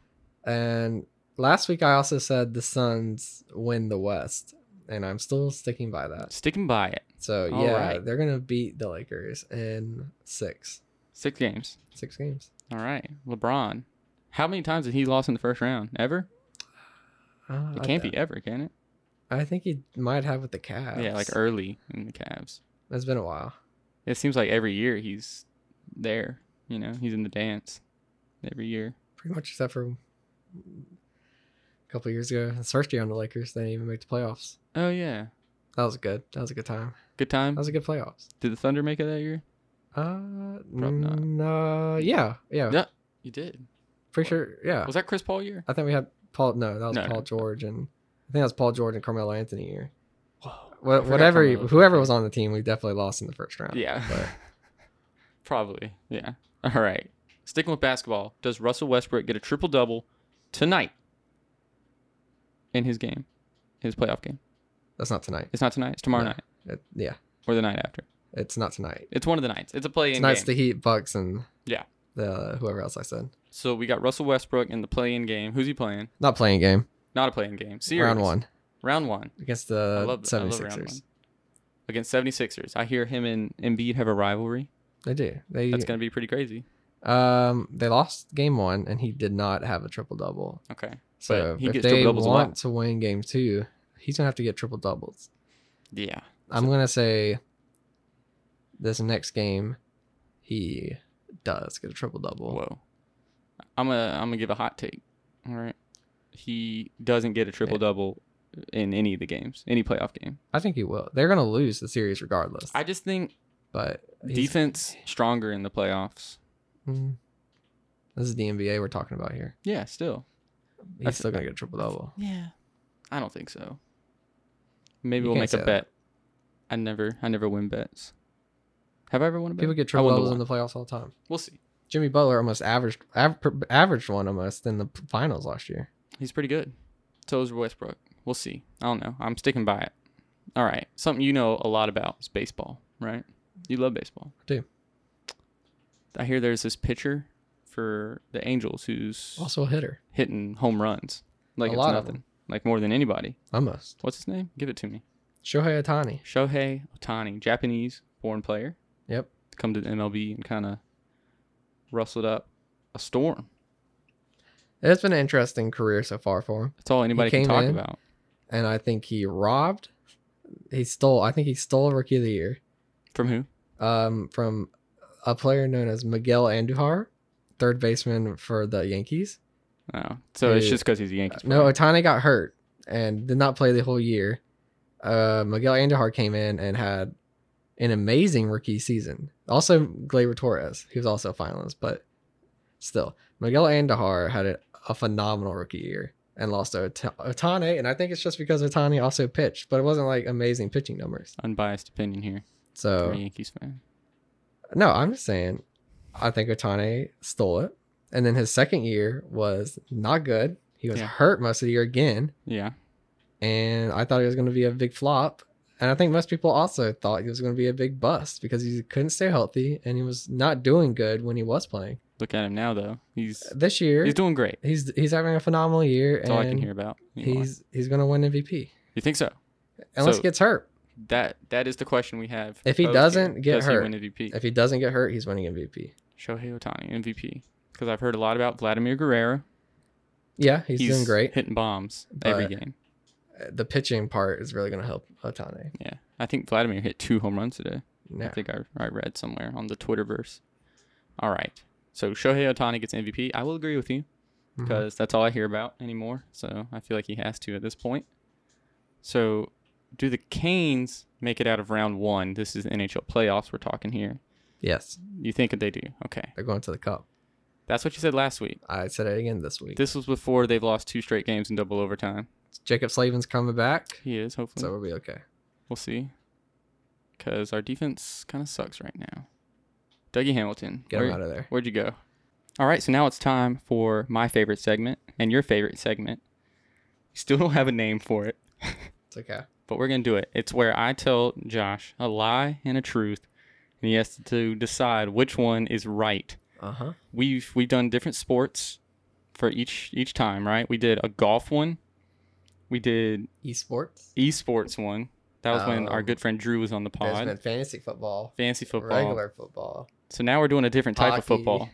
Speaker 2: And last week I also said the Suns win the West, and I'm still sticking by that.
Speaker 3: Sticking by it.
Speaker 2: So
Speaker 3: All
Speaker 2: yeah,
Speaker 3: right.
Speaker 2: they're gonna beat the Lakers in six,
Speaker 3: Six games.
Speaker 2: six games.
Speaker 3: All right. LeBron. How many times did he lost in the first round? Ever?
Speaker 2: Uh,
Speaker 3: It can't be ever, can it?
Speaker 2: I think he might have with the Cavs.
Speaker 3: Yeah, like er- early in the Cavs.
Speaker 2: it's been a while.
Speaker 3: It seems like every year he's there. You know, he's in the dance every year.
Speaker 2: Pretty much except for a couple years ago, his first year on the Lakers, they didn't even make the playoffs.
Speaker 3: Oh yeah,
Speaker 2: That was good. That was a good time. That
Speaker 3: good time.
Speaker 2: was a good playoffs.
Speaker 3: Did the Thunder make it that year?
Speaker 2: Uh,
Speaker 3: Probably not.
Speaker 2: No, yeah, yeah.
Speaker 3: Yeah, you did.
Speaker 2: Pretty sure. Yeah.
Speaker 3: Was that Chris Paul year?
Speaker 2: I think we had Paul. No, that was
Speaker 3: No,
Speaker 2: Paul
Speaker 3: no.
Speaker 2: George, and I think that was Paul George and Carmelo Anthony year.
Speaker 3: Whoa.
Speaker 2: Wha-
Speaker 3: forgot
Speaker 2: whatever,
Speaker 3: Carmelo.
Speaker 2: whoever was on the team, we definitely lost in the first round.
Speaker 3: Yeah.
Speaker 2: But
Speaker 3: Probably. Yeah. All right. Sticking with basketball, does Russell Westbrook get a triple double tonight in his game, his playoff game?
Speaker 2: that's not tonight.
Speaker 3: It's not tonight. It's tomorrow
Speaker 2: No.
Speaker 3: night
Speaker 2: It, yeah,
Speaker 3: or the night after.
Speaker 2: it's not tonight.
Speaker 3: It's one of the nights. It's a play-in
Speaker 2: Tonight's
Speaker 3: game.
Speaker 2: the Heat, Bucks, and
Speaker 3: Yeah.
Speaker 2: the whoever else I said.
Speaker 3: so we got Russell Westbrook in the play-in game. Who's he playing?
Speaker 2: Not playing game.
Speaker 3: Not a play-in game. Series.
Speaker 2: Round one Uh,
Speaker 3: Round one.
Speaker 2: against
Speaker 3: I
Speaker 2: the
Speaker 3: love, I love round one.
Speaker 2: 76ers.
Speaker 3: Against 76ers. I hear him and Embiid have a rivalry.
Speaker 2: They do. They
Speaker 3: That's going to be pretty crazy.
Speaker 2: um they lost game one, and he did not have a triple double.
Speaker 3: Okay.
Speaker 2: So
Speaker 3: he
Speaker 2: if
Speaker 3: gets
Speaker 2: they
Speaker 3: triple-doubles a lot.
Speaker 2: want to win game two, he's gonna have to get triple doubles.
Speaker 3: Yeah.
Speaker 2: I'm gonna say this next game he does get a triple double.
Speaker 3: Whoa. I'm gonna I'm gonna give a hot take. All right. He doesn't get a triple double in any of the games, any playoff game.
Speaker 2: I think he will. They're gonna lose the series regardless.
Speaker 3: I just think
Speaker 2: but he's-
Speaker 3: defense stronger in the playoffs.
Speaker 2: Mm. this is the NBA we're talking about here.
Speaker 3: Yeah, still.
Speaker 2: He's
Speaker 3: That's-
Speaker 2: still gonna get a triple double.
Speaker 3: Yeah. I don't think so. Maybe
Speaker 2: You
Speaker 3: we'll
Speaker 2: can't
Speaker 3: make
Speaker 2: say
Speaker 3: a bet.
Speaker 2: that.
Speaker 3: I never I never win bets. Have I ever won a bet?
Speaker 2: People get
Speaker 3: I
Speaker 2: triple
Speaker 3: won the
Speaker 2: doubles in
Speaker 3: one.
Speaker 2: the playoffs all the time.
Speaker 3: We'll see.
Speaker 2: Jimmy Butler almost averaged av- per- averaged one almost in the p- finals last year.
Speaker 3: He's pretty good. So is Westbrook. We'll see. I don't know. I'm sticking by it. All right. Something you know a lot about is baseball, right? You love baseball.
Speaker 2: I do.
Speaker 3: I hear there's this pitcher for the Angels who's
Speaker 2: Also a hitter,
Speaker 3: hitting home runs. Like
Speaker 2: A
Speaker 3: it's
Speaker 2: lot of
Speaker 3: nothing. Like more than anybody.
Speaker 2: almost.
Speaker 3: What's his name? Give it to me.
Speaker 2: Shohei Otani.
Speaker 3: Shohei Otani, Japanese born player,
Speaker 2: Yep.
Speaker 3: come to the MLB and kind of rustled up a storm.
Speaker 2: It's been an interesting career so far for him.
Speaker 3: That's all anybody can
Speaker 2: came
Speaker 3: talk
Speaker 2: in.
Speaker 3: about.
Speaker 2: and I think he robbed. He stole. I think he stole Rookie of the Year
Speaker 3: From who?
Speaker 2: um, from a player known as Miguel Andujar, third baseman for the Yankees.
Speaker 3: Oh. So it's
Speaker 2: Who-
Speaker 3: just because he's a Yankees.
Speaker 2: No,
Speaker 3: player.
Speaker 2: Otani got hurt and did not play the whole year. Uh, Miguel Andujar came in and had an amazing rookie season. Also, Glaber Torres, he was also a finalist, but still, Miguel Andujar had an a phenomenal rookie year and lost to Ota- Otane. And I think it's just because Otane also pitched, but it wasn't like amazing pitching numbers.
Speaker 3: Unbiased opinion here.
Speaker 2: So
Speaker 3: I'm a Yankees fan.
Speaker 2: no, I'm just saying, I think Otane stole it. And then his second year was not good. He was
Speaker 3: Yeah.
Speaker 2: hurt most of the year again.
Speaker 3: Yeah.
Speaker 2: and I thought he was going to be a big flop. And I think most people also thought he was going to be a big bust because he couldn't stay healthy and he was not doing good when he was playing.
Speaker 3: Look at him now though. He's
Speaker 2: This year,
Speaker 3: he's
Speaker 2: he's
Speaker 3: doing great.
Speaker 2: he's, having a phenomenal year,
Speaker 3: That's
Speaker 2: and
Speaker 3: all I can hear about. anymore.
Speaker 2: he's he's going to win MVP
Speaker 3: you think so?
Speaker 2: unless
Speaker 3: So-
Speaker 2: he gets hurt.
Speaker 3: That that is the question we have.
Speaker 2: If he
Speaker 3: posed
Speaker 2: doesn't
Speaker 3: here.
Speaker 2: get
Speaker 3: Does he
Speaker 2: hurt,
Speaker 3: win MVP?
Speaker 2: If he doesn't get hurt, he's winning MVP.
Speaker 3: Shohei Otani MVP. Because I've heard a lot about Vladimir Guerrero.
Speaker 2: Yeah, he's, doing great.
Speaker 3: hitting bombs every
Speaker 2: But-
Speaker 3: game.
Speaker 2: The pitching part is really going to help Otane.
Speaker 3: Yeah, I think Vladimir hit two home runs today.
Speaker 2: No.
Speaker 3: I think I, I read somewhere on the Twitterverse. All right, so Shohei Otani gets MVP. I will agree with you
Speaker 2: Mhm.
Speaker 3: because that's all I hear about anymore. So I feel like he has to at this point. So, do the Canes make it out of round one? This is the NHL playoffs we're talking here.
Speaker 2: Yes,
Speaker 3: You think that they do? Okay,
Speaker 2: they're going to the cup.
Speaker 3: that's what you said last week.
Speaker 2: I said it again this week.
Speaker 3: This was before they've lost two straight games in double overtime.
Speaker 2: Jacob Slavin's coming back,
Speaker 3: He is hopefully.
Speaker 2: so we'll be okay.
Speaker 3: We'll see. Because our defense kind of sucks right now. Dougie Hamilton.
Speaker 2: Get
Speaker 3: where,
Speaker 2: him out of there.
Speaker 3: Where'd you go? All right, so now it's time for my favorite segment and your favorite segment. Still don't have a name for it,
Speaker 2: It's okay.
Speaker 3: but we're going to do it. It's where I tell Josh a lie and a truth, and he has to decide which one is right.
Speaker 2: Uh huh.
Speaker 3: We've we've done different sports for each each time, right? We did a golf one. We did
Speaker 2: Esports.
Speaker 3: esports one. That was when our
Speaker 2: Um,
Speaker 3: good friend Drew was on the
Speaker 2: There's
Speaker 3: pod.
Speaker 2: been fantasy football,
Speaker 3: fancy football.
Speaker 2: regular football,
Speaker 3: So now we're doing a different type of
Speaker 2: Hockey.
Speaker 3: football.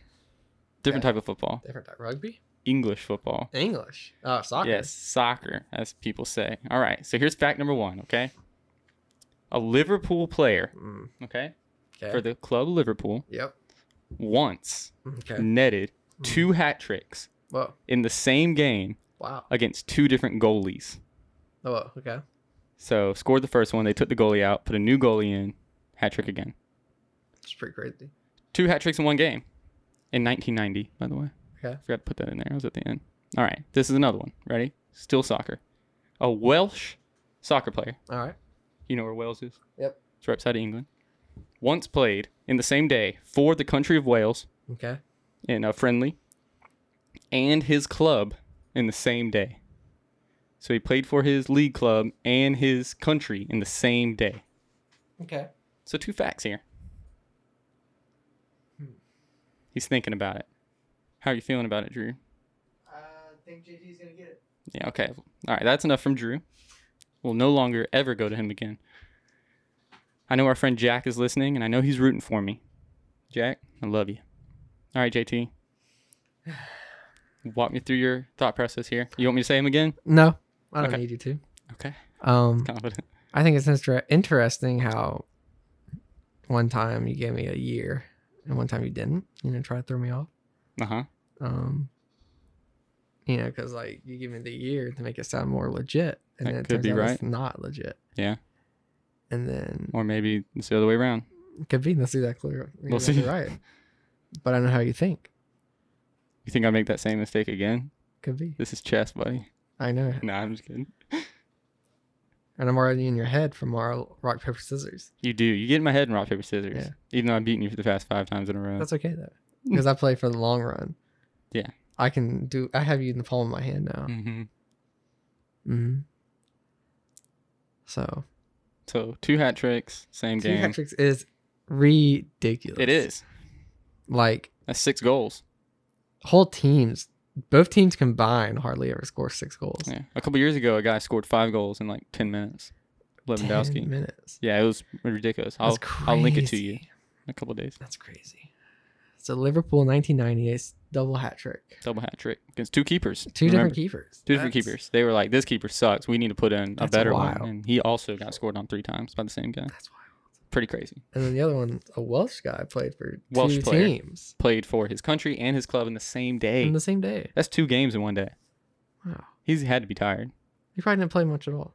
Speaker 3: Different
Speaker 2: Okay.
Speaker 3: type of football.
Speaker 2: different type rugby,
Speaker 3: English football.
Speaker 2: English, uh, soccer.
Speaker 3: Yes, soccer, as people say. All right. So here's fact number one, okay? A Liverpool player,
Speaker 2: Mm,
Speaker 3: okay,
Speaker 2: okay.
Speaker 3: for the club Liverpool,
Speaker 2: yep.
Speaker 3: once
Speaker 2: Okay.
Speaker 3: netted
Speaker 2: Mm.
Speaker 3: two hat tricks
Speaker 2: Whoa.
Speaker 3: in the same game
Speaker 2: Wow. Oh,
Speaker 3: against two different goalies.
Speaker 2: Whoa. Okay.
Speaker 3: So scored the first one, they took the goalie out, put a new goalie in, hat trick again.
Speaker 2: It's pretty crazy.
Speaker 3: Two hat tricks in one game. In 1990, by the way.
Speaker 2: Okay.
Speaker 3: Forgot to put that in there. I was at the end. All right. This is another one. Ready? Still soccer. A Welsh soccer player.
Speaker 2: All right.
Speaker 3: You know where Wales is?
Speaker 2: Yep.
Speaker 3: It's right outside of England. Once played in the same day for the country of Wales
Speaker 2: Okay.
Speaker 3: in a friendly and his club in the same day. So he played for his league club and his country in the same day.
Speaker 2: Okay.
Speaker 3: So two facts here.
Speaker 2: Hmm.
Speaker 3: He's thinking about it. How are you feeling about it, Drew?
Speaker 1: I think JG's gonna get it.
Speaker 3: Yeah, okay. All right, that's enough from Drew. We'll no longer ever go to him again. I know our friend Jack is listening, and I know he's rooting for me. Jack, I love you. All right, JT. Walk me through your thought process here. You want me to say him again?
Speaker 2: No, I don't
Speaker 3: Okay.
Speaker 2: need you to.
Speaker 3: Okay.
Speaker 2: Um,
Speaker 3: Confident.
Speaker 2: I think it's inter- interesting how one time you gave me a year and one time you didn't. You know, try to throw me off.
Speaker 3: Uh huh.
Speaker 2: Um, you know, because like you give me the year to make it sound more legit, and
Speaker 3: That
Speaker 2: then it
Speaker 3: could
Speaker 2: turns
Speaker 3: be
Speaker 2: out it's not legit.
Speaker 3: Yeah.
Speaker 2: And then
Speaker 3: Or maybe it's the other way around.
Speaker 2: Could be. That's exactly, r-
Speaker 3: We'll
Speaker 2: exactly
Speaker 3: see.
Speaker 2: right. But I know how you think.
Speaker 3: You think I make that same mistake again?
Speaker 2: Could be.
Speaker 3: This is chess, buddy.
Speaker 2: I know.
Speaker 3: Nah, I'm just kidding.
Speaker 2: And I'm already in your head from our rock, paper, scissors.
Speaker 3: You do. You get in my head in rock, paper, scissors.
Speaker 2: Yeah.
Speaker 3: Even though I've beaten you for the past five times in a row.
Speaker 2: That's okay, though. Because I play for the long run.
Speaker 3: Hmm. Yeah.
Speaker 2: I can do, I have you in the palm of my hand now.
Speaker 3: mm-hmm.
Speaker 2: hmm So,
Speaker 3: So two hat tricks, same
Speaker 2: two
Speaker 3: game.
Speaker 2: hat tricks is ridiculous.
Speaker 3: It is.
Speaker 2: Like,
Speaker 3: That's six goals.
Speaker 2: whole teams, both teams combined hardly ever score six goals.
Speaker 3: Yeah. A couple years ago, a guy scored five goals in like 10 minutes. Lewandowski.
Speaker 2: 10 minutes.
Speaker 3: Yeah, it was ridiculous. I'll,
Speaker 2: That's crazy.
Speaker 3: I'll link it to you in a couple days.
Speaker 2: That's crazy. So, Liverpool 1998 double hat trick.
Speaker 3: Double hat trick against two keepers.
Speaker 2: Two
Speaker 3: Remember?
Speaker 2: different keepers.
Speaker 3: Two different keepers. They were like, this keeper sucks. We need to put in a
Speaker 2: That's
Speaker 3: better
Speaker 2: wild.
Speaker 3: one. And he also got scored on three times by the same guy.
Speaker 2: That's wild.
Speaker 3: Pretty crazy.
Speaker 2: And then the other one, a Welsh guy, played for
Speaker 3: Welsh
Speaker 2: two
Speaker 3: player.
Speaker 2: teams
Speaker 3: Played for his country and his club in the same day.
Speaker 2: in the same day.
Speaker 3: That's two games in one day.
Speaker 2: Wow.
Speaker 3: He's had to be tired.
Speaker 2: He probably didn't play much at all.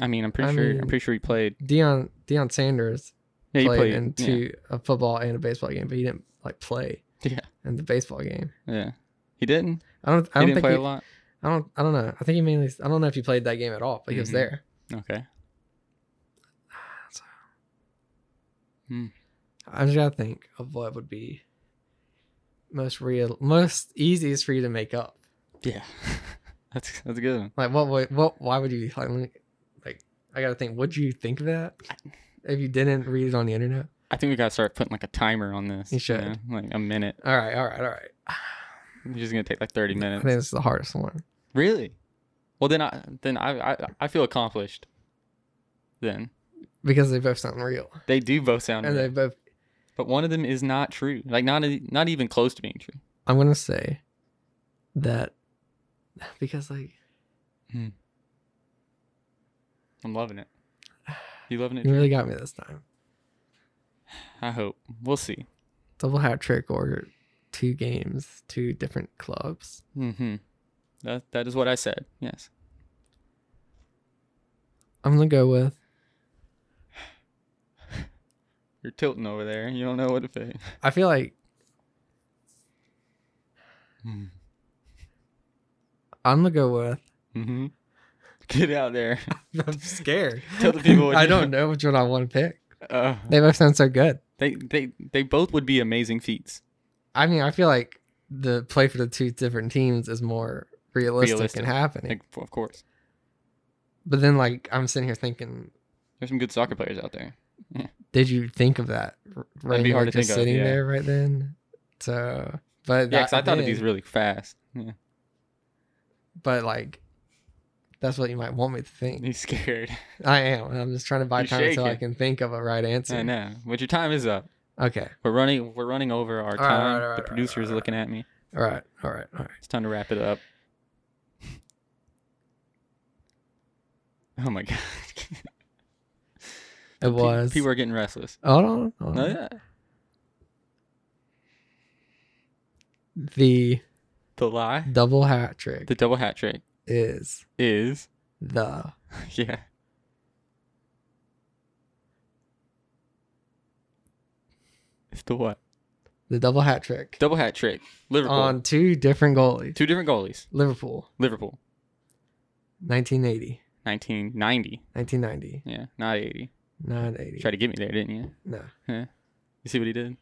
Speaker 3: I mean, I'm pretty
Speaker 2: I
Speaker 3: sure.
Speaker 2: mean-
Speaker 3: I'm pretty sure he played.
Speaker 2: Deion Deion Sanders
Speaker 3: Yeah, he
Speaker 2: played,
Speaker 3: played.
Speaker 2: in
Speaker 3: yeah.
Speaker 2: two a football and a baseball game, but he didn't like play
Speaker 3: Yeah.
Speaker 2: in the baseball game.
Speaker 3: Yeah. He didn't.
Speaker 2: I don't. I don't
Speaker 3: He didn't
Speaker 2: think.
Speaker 3: play
Speaker 2: he-
Speaker 3: a lot.
Speaker 2: I don't. I don't know. I think he mainly. I don't know if he played that game at all, but he was
Speaker 3: Mhm.
Speaker 2: there.
Speaker 3: Okay.
Speaker 2: I just gotta think of what would be most real, most easiest for you to make up.
Speaker 3: Yeah. that's that's a good one.
Speaker 2: Like, what? would what? Why would you? Like, let me- like, I gotta think. Would you think of that if you didn't read it on the internet?
Speaker 3: I think we gotta start putting like a timer on this.
Speaker 2: You should.
Speaker 3: know, Like a minute.
Speaker 2: All right. All right. All right.
Speaker 3: It's just gonna take like thirty
Speaker 2: I
Speaker 3: minutes.
Speaker 2: think this is the hardest one.
Speaker 3: Really? Well, then I then I I, I feel accomplished. Then
Speaker 2: because they both sound real
Speaker 3: they do both sound,
Speaker 2: and
Speaker 3: real,
Speaker 2: they both
Speaker 3: but one of them is not true. Like not e- not even close to being true.
Speaker 2: i'm gonna say that because like
Speaker 3: I'm loving it. You loving it?
Speaker 2: you
Speaker 3: Drew?
Speaker 2: really got me this time
Speaker 3: I hope. We'll see.
Speaker 2: double hat trick or two games two different clubs
Speaker 3: Mm-hmm. That that is what I said. Yes.
Speaker 2: i'm gonna go with
Speaker 3: You're tilting over there. You don't know what to pick.
Speaker 2: i feel like Hmm. i'm gonna go with
Speaker 3: Mm-hmm. Get out there.
Speaker 2: i'm scared
Speaker 3: Tell the people what
Speaker 2: i
Speaker 3: you-
Speaker 2: don't know which one i want to pick
Speaker 3: Uh,
Speaker 2: they both sound so good
Speaker 3: they they they both would be amazing feats.
Speaker 2: i mean i feel like the play for the two different teams is more realistic,
Speaker 3: Realistic.
Speaker 2: and happening
Speaker 3: Like, of course.
Speaker 2: but then like i'm sitting here thinking
Speaker 3: There's some good soccer players out there.
Speaker 2: did you think of that r- right
Speaker 3: be
Speaker 2: now,
Speaker 3: hard to
Speaker 2: just
Speaker 3: think of,
Speaker 2: sitting
Speaker 3: yeah.
Speaker 2: there right then so but
Speaker 3: Yeah,
Speaker 2: that-
Speaker 3: because I thought of these
Speaker 2: then-
Speaker 3: really fast. Yeah.
Speaker 2: but like that's what you might want me to think
Speaker 3: He's scared.
Speaker 2: i am and i'm just trying to buy
Speaker 3: You're
Speaker 2: time until i
Speaker 3: shaking.
Speaker 2: can think of a right answer
Speaker 3: I know. But your time is up.
Speaker 2: okay
Speaker 3: We're running. We're running over our
Speaker 2: All right, all
Speaker 3: time.
Speaker 2: right, all right,
Speaker 3: the
Speaker 2: all
Speaker 3: producer
Speaker 2: right,
Speaker 3: is
Speaker 2: all
Speaker 3: looking at me.
Speaker 2: all right all right all right
Speaker 3: It's time to wrap it up. Oh my god.
Speaker 2: it
Speaker 3: Pe-
Speaker 2: was Uh-huh.
Speaker 3: People are getting restless.
Speaker 2: hold on, hold
Speaker 3: No,
Speaker 2: on.
Speaker 3: yeah.
Speaker 2: the
Speaker 3: The lie.
Speaker 2: double hat trick
Speaker 3: The double hat trick
Speaker 2: is
Speaker 3: is
Speaker 2: the
Speaker 3: yeah. It's the what?
Speaker 2: the double hat trick
Speaker 3: Double hat trick. Liverpool.
Speaker 2: on two different goalies
Speaker 3: Two different goalies.
Speaker 2: liverpool
Speaker 3: Liverpool.
Speaker 2: 1980
Speaker 3: 1990.
Speaker 2: 1990
Speaker 3: Yeah, not 80. You
Speaker 2: 980
Speaker 3: tried to get me there, didn't you?
Speaker 2: no
Speaker 3: You see what he did?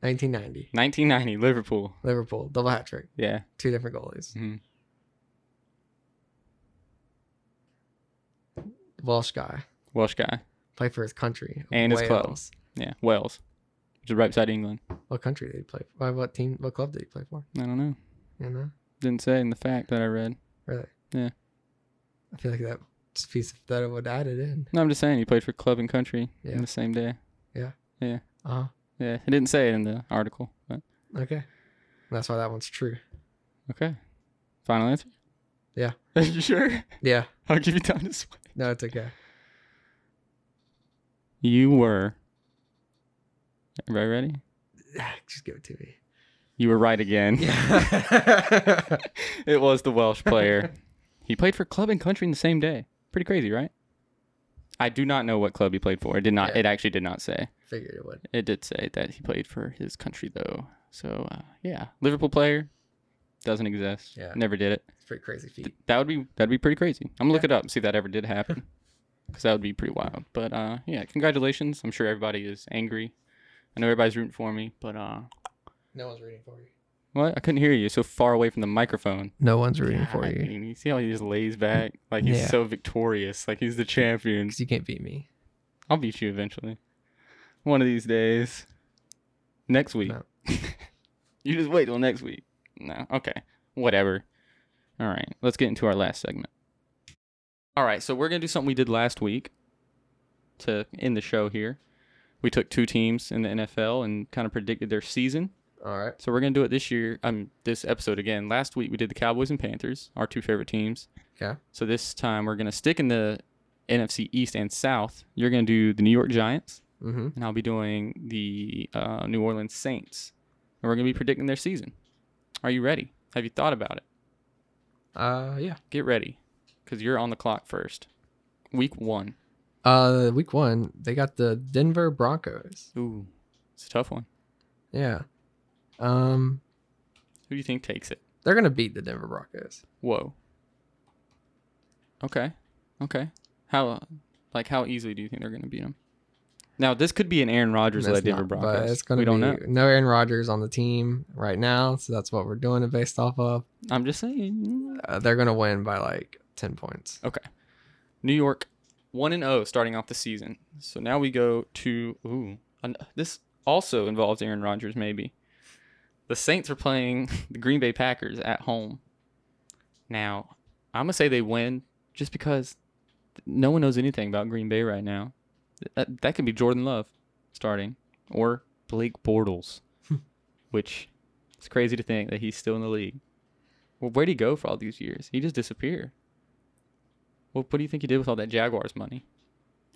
Speaker 2: 1990
Speaker 3: 1990, Liverpool.
Speaker 2: liverpool double hat trick
Speaker 3: Yeah.
Speaker 2: two different goalies
Speaker 3: Mhm.
Speaker 2: Welsh guy,
Speaker 3: Welsh guy.
Speaker 2: play for his country
Speaker 3: And his club.
Speaker 2: Wales.
Speaker 3: Yeah. Wales. Which is right beside England.
Speaker 2: What country did he play? For? Why, What team? What club did he play for?
Speaker 3: I don't know.
Speaker 2: You know,
Speaker 3: Didn't say in the fact that I read.
Speaker 2: really?
Speaker 3: Yeah.
Speaker 2: I feel like that piece of that would add it in.
Speaker 3: No, I'm just saying he played for club and country
Speaker 2: Yeah.
Speaker 3: in the same day.
Speaker 2: Uh
Speaker 3: Yeah. It didn't say it in the article, but
Speaker 2: huh. Okay. That's why that one's true.
Speaker 3: okay. Final answer?
Speaker 2: Yeah.
Speaker 3: Are you sure?
Speaker 2: Yeah.
Speaker 3: I'll give you time to sweat.
Speaker 2: No, it's okay.
Speaker 3: You were. Everybody ready?
Speaker 2: Just give it to me.
Speaker 3: You were right again.
Speaker 2: Yeah.
Speaker 3: it was the Welsh player. he played for club and country in the same day. Pretty crazy, right? I do not know what club he played for. It did not.
Speaker 2: Yeah.
Speaker 3: It actually did not say.
Speaker 2: Figured it would.
Speaker 3: It did say that he played for his country though. So uh, yeah, Liverpool player doesn't exist.
Speaker 2: Yeah.
Speaker 3: never did it.
Speaker 2: It's a pretty crazy feat.
Speaker 3: That would be that'd be pretty crazy. I'm gonna look it up and see if that ever did happen, because that would be pretty wild. But uh, yeah, congratulations. I'm sure everybody is angry. I know everybody's rooting for me, but uh,
Speaker 2: No one's rooting for you.
Speaker 3: what? I couldn't hear you. So far away from the microphone.
Speaker 2: No one's rooting for
Speaker 3: God,
Speaker 2: you
Speaker 3: and see how he just lays back, like he's
Speaker 2: Yeah.
Speaker 3: so victorious, like he's the champion.
Speaker 2: because you can't beat me.
Speaker 3: I'll beat you eventually, one of these days. Next week.
Speaker 2: No.
Speaker 3: you just wait till next week. No, okay, whatever. All right, let's get into our last segment. All right, so we're gonna do something we did last week to end the show here. We took two teams in the NFL and kind of predicted their season.
Speaker 2: All right.
Speaker 3: So we're gonna do it this year. Um, this episode again. Last week we did the Cowboys and Panthers, our two favorite teams.
Speaker 2: Okay.
Speaker 3: So this time we're gonna stick in the NFC East and South. You're gonna do the New York Giants,
Speaker 2: Mm-hmm.
Speaker 3: and I'll be doing the uh, New Orleans Saints. And we're gonna be predicting their season. Are you ready? Have you thought about it?
Speaker 2: Uh, yeah.
Speaker 3: Get ready, because you're on the clock first. Week one.
Speaker 2: Uh, week one, they got the Denver Broncos.
Speaker 3: Ooh, it's a tough one.
Speaker 2: Yeah. Um,
Speaker 3: Who do you think takes it?
Speaker 2: They're gonna beat the Denver Broncos.
Speaker 3: Whoa. Okay. Okay. How like how easily do you think they're going to beat them? Now this could be an Aaron Rodgers
Speaker 2: That's
Speaker 3: led Denver
Speaker 2: not-
Speaker 3: Broncos.
Speaker 2: But it's gonna
Speaker 3: we
Speaker 2: be
Speaker 3: don't know.
Speaker 2: no Aaron Rodgers on the team right now, so that's what we're doing it based off of.
Speaker 3: I'm just saying.
Speaker 2: Uh, they're gonna win by like ten points.
Speaker 3: New York, one and zero starting off the season. So now we go to ooh. An, this also involves Aaron Rodgers maybe. The Saints are playing the Green Bay Packers at home. Now, I'm gonna say they win just because no one knows anything about Green Bay right now. That, that could be Jordan Love starting or Blake Bortles, which it's crazy to think that he's still in the league. Well, where'd he go for all these years? He just disappeared. Well, what do you think he did with all that Jaguars money?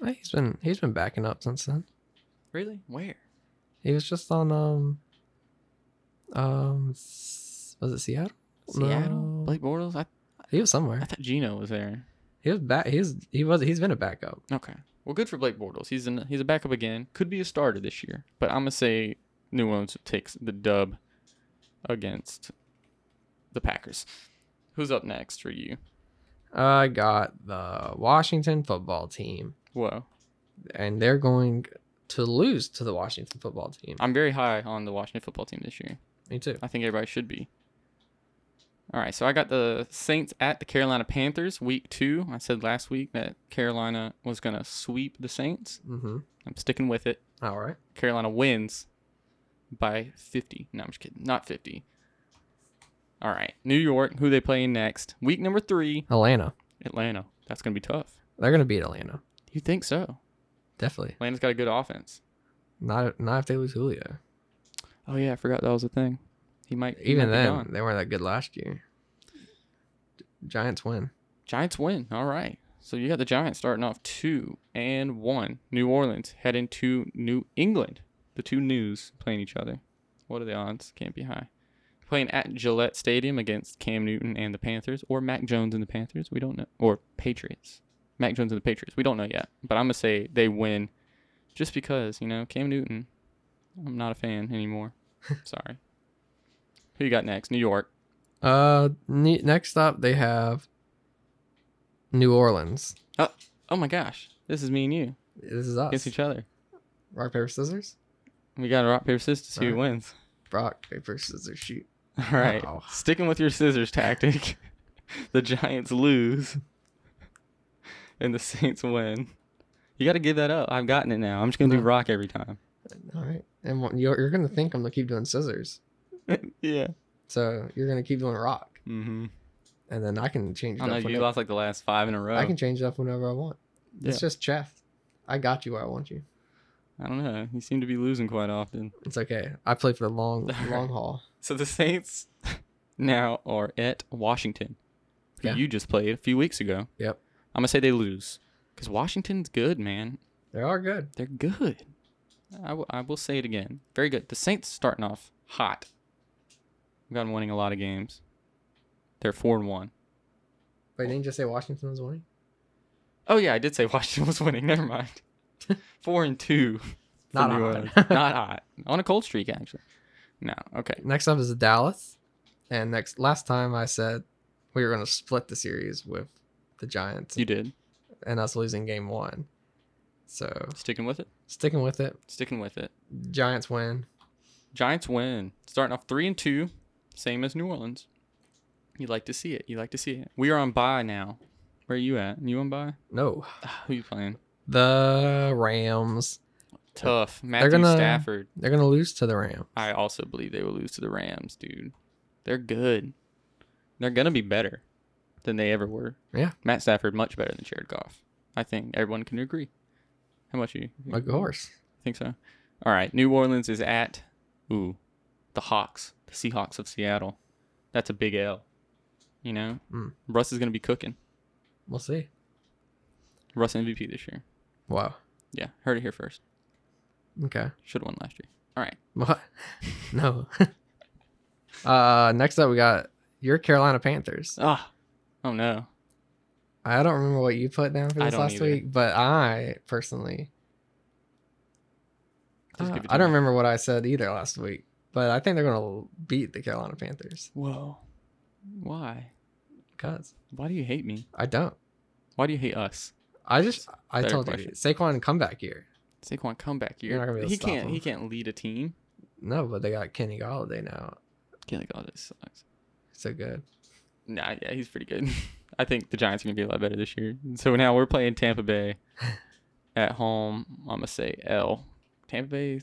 Speaker 2: Uh, He's been he's been backing up since then.
Speaker 3: Really? Where?
Speaker 2: He was just on um um s- was it Seattle?
Speaker 3: Seattle?
Speaker 2: No.
Speaker 3: Blake Bortles? I,
Speaker 2: He was
Speaker 3: I
Speaker 2: somewhere.
Speaker 3: thought Gino was there.
Speaker 2: He was back. He's he was he's been a backup.
Speaker 3: Okay. Well, good for Blake Bortles. He's in, he's a backup again. Could be a starter this year, but I'm gonna say New Orleans takes the dub against the Packers. Who's up next for you?
Speaker 2: I got the Washington football team,
Speaker 3: Whoa,
Speaker 2: and they're going to lose to the Washington football team.
Speaker 3: I'm very high on the Washington football team this year.
Speaker 2: Me too.
Speaker 3: I think everybody should be. All right, so I got the Saints at the Carolina Panthers, week two. I said last week that Carolina was gonna sweep the Saints.
Speaker 2: Mm-hmm.
Speaker 3: I'm sticking with it.
Speaker 2: All right.
Speaker 3: Carolina wins by 50. No, I'm just kidding. Not 50. All right. New York, who they playing next? Week number three,
Speaker 2: Atlanta.
Speaker 3: Atlanta. That's going to be tough.
Speaker 2: They're gonna beat Atlanta.
Speaker 3: You think so?
Speaker 2: Definitely.
Speaker 3: Atlanta's got a good offense.
Speaker 2: Not not if they lose Julio.
Speaker 3: Oh, yeah. I forgot that was a thing. He might he
Speaker 2: Even
Speaker 3: might be
Speaker 2: then,
Speaker 3: gone.
Speaker 2: they weren't that good last year. Giants win.
Speaker 3: Giants win. All right. So you got the Giants starting off two and one. New Orleans heading to New England. The two news playing each other. What are the odds? Can't be high. Playing at Gillette Stadium against Cam Newton and the Panthers, or Mac Jones and the Panthers. We don't know. Or Patriots. Mac Jones and the Patriots. We don't know yet. But I'm going to say they win just because, you know, Cam Newton. I'm not a fan anymore. Sorry. Who you got next? New York.
Speaker 2: Uh, ne- next up they have New Orleans.
Speaker 3: Oh my gosh. This is me and you
Speaker 2: This is us.
Speaker 3: against each other.
Speaker 2: Rock paper scissors.
Speaker 3: We got a rock, paper, scissors to see who
Speaker 2: Alright.
Speaker 3: wins.
Speaker 2: Rock paper scissors shoot.
Speaker 3: All right.
Speaker 2: Wow.
Speaker 3: Sticking with your scissors tactic, the Giants lose and the Saints win. You got to give that up. I've gotten it now. I'm just going to do
Speaker 2: No.
Speaker 3: rock every time.
Speaker 2: All right, and what- you're you're gonna think I'm gonna keep doing scissors,
Speaker 3: yeah.
Speaker 2: so you're gonna keep doing rock,
Speaker 3: Mm-hmm.
Speaker 2: and then I can change it
Speaker 3: I
Speaker 2: up.
Speaker 3: know Oh, you
Speaker 2: whenever-
Speaker 3: lost like the last five in a row.
Speaker 2: I can change it up whenever I want.
Speaker 3: Yeah.
Speaker 2: It's just chess. I got you where I want you.
Speaker 3: I don't know. You seem to be losing quite often.
Speaker 2: It's okay. I play for the long
Speaker 3: All
Speaker 2: long
Speaker 3: right.
Speaker 2: haul.
Speaker 3: So the Saints now are at Washington, who
Speaker 2: Yeah.
Speaker 3: you just played a few weeks ago.
Speaker 2: Yep.
Speaker 3: I'm going to say they lose because Washington's good, man.
Speaker 2: They are good.
Speaker 3: They're good. I w- I will say it again. Very good. The Saints starting off hot. We've gotten winning a lot of games. They're four and one.
Speaker 2: Wait, didn't you just say Washington was winning?
Speaker 3: Oh yeah, I did say Washington was winning. Never mind. four and two. for
Speaker 2: Not
Speaker 3: New
Speaker 2: hot.
Speaker 3: Orleans. Not hot. On a cold streak actually. No. Okay.
Speaker 2: Next up is Dallas, and next last time I said we were gonna split the series with the Giants
Speaker 3: You did.
Speaker 2: and us losing game one. So
Speaker 3: Sticking with it.
Speaker 2: sticking with it,
Speaker 3: Sticking with it.
Speaker 2: Giants win.
Speaker 3: Giants win. Starting off three and two, same as New Orleans. You like to see it. You like to see it. We are on bye now. Where are you at? You on bye?
Speaker 2: No,
Speaker 3: Who you playing?
Speaker 2: the Rams.
Speaker 3: Tough. Matthew
Speaker 2: gonna-
Speaker 3: Stafford.
Speaker 2: They're gonna lose to the Rams.
Speaker 3: I also believe they will lose to the Rams, dude. They're good. They're gonna be better than they ever were.
Speaker 2: Yeah.
Speaker 3: Matt Stafford much better than Jared Goff. I think everyone can agree. How much you you
Speaker 2: Like a horse.
Speaker 3: think so? All right. New Orleans is at ooh the Hawks, the Seahawks of Seattle. That's a big L. You know,
Speaker 2: Mm.
Speaker 3: Russ is gonna be cooking.
Speaker 2: We'll see.
Speaker 3: Russ MVP this year.
Speaker 2: Wow.
Speaker 3: Yeah, heard it here first.
Speaker 2: Okay.
Speaker 3: Should have won last year. All right.
Speaker 2: What? no. uh, next up we got your Carolina Panthers.
Speaker 3: Ah. Oh no.
Speaker 2: I don't remember what you put down for
Speaker 3: I
Speaker 2: this
Speaker 3: don't
Speaker 2: last
Speaker 3: either.
Speaker 2: week, but I personally,
Speaker 3: Just
Speaker 2: uh,
Speaker 3: give it to
Speaker 2: I don't
Speaker 3: me.
Speaker 2: remember what I said either last week. But I think they're gonna beat the Carolina Panthers.
Speaker 3: Whoa. Why?
Speaker 2: Because
Speaker 3: Why do you hate me?
Speaker 2: I don't.
Speaker 3: Why do you hate us?
Speaker 2: I just I
Speaker 3: Better
Speaker 2: told you
Speaker 3: question.
Speaker 2: Saquon comeback year.
Speaker 3: Saquon, come back here.
Speaker 2: You're not gonna be able to
Speaker 3: he
Speaker 2: stop
Speaker 3: can't.
Speaker 2: him.
Speaker 3: He can't lead a team.
Speaker 2: No, but they got Kenny Galladay now.
Speaker 3: Kenny Galladay sucks.
Speaker 2: So good.
Speaker 3: Nah, yeah, he's pretty good. I think the Giants are gonna be a lot better this year. So now we're playing Tampa Bay at home. I'm gonna say L. Tampa Bay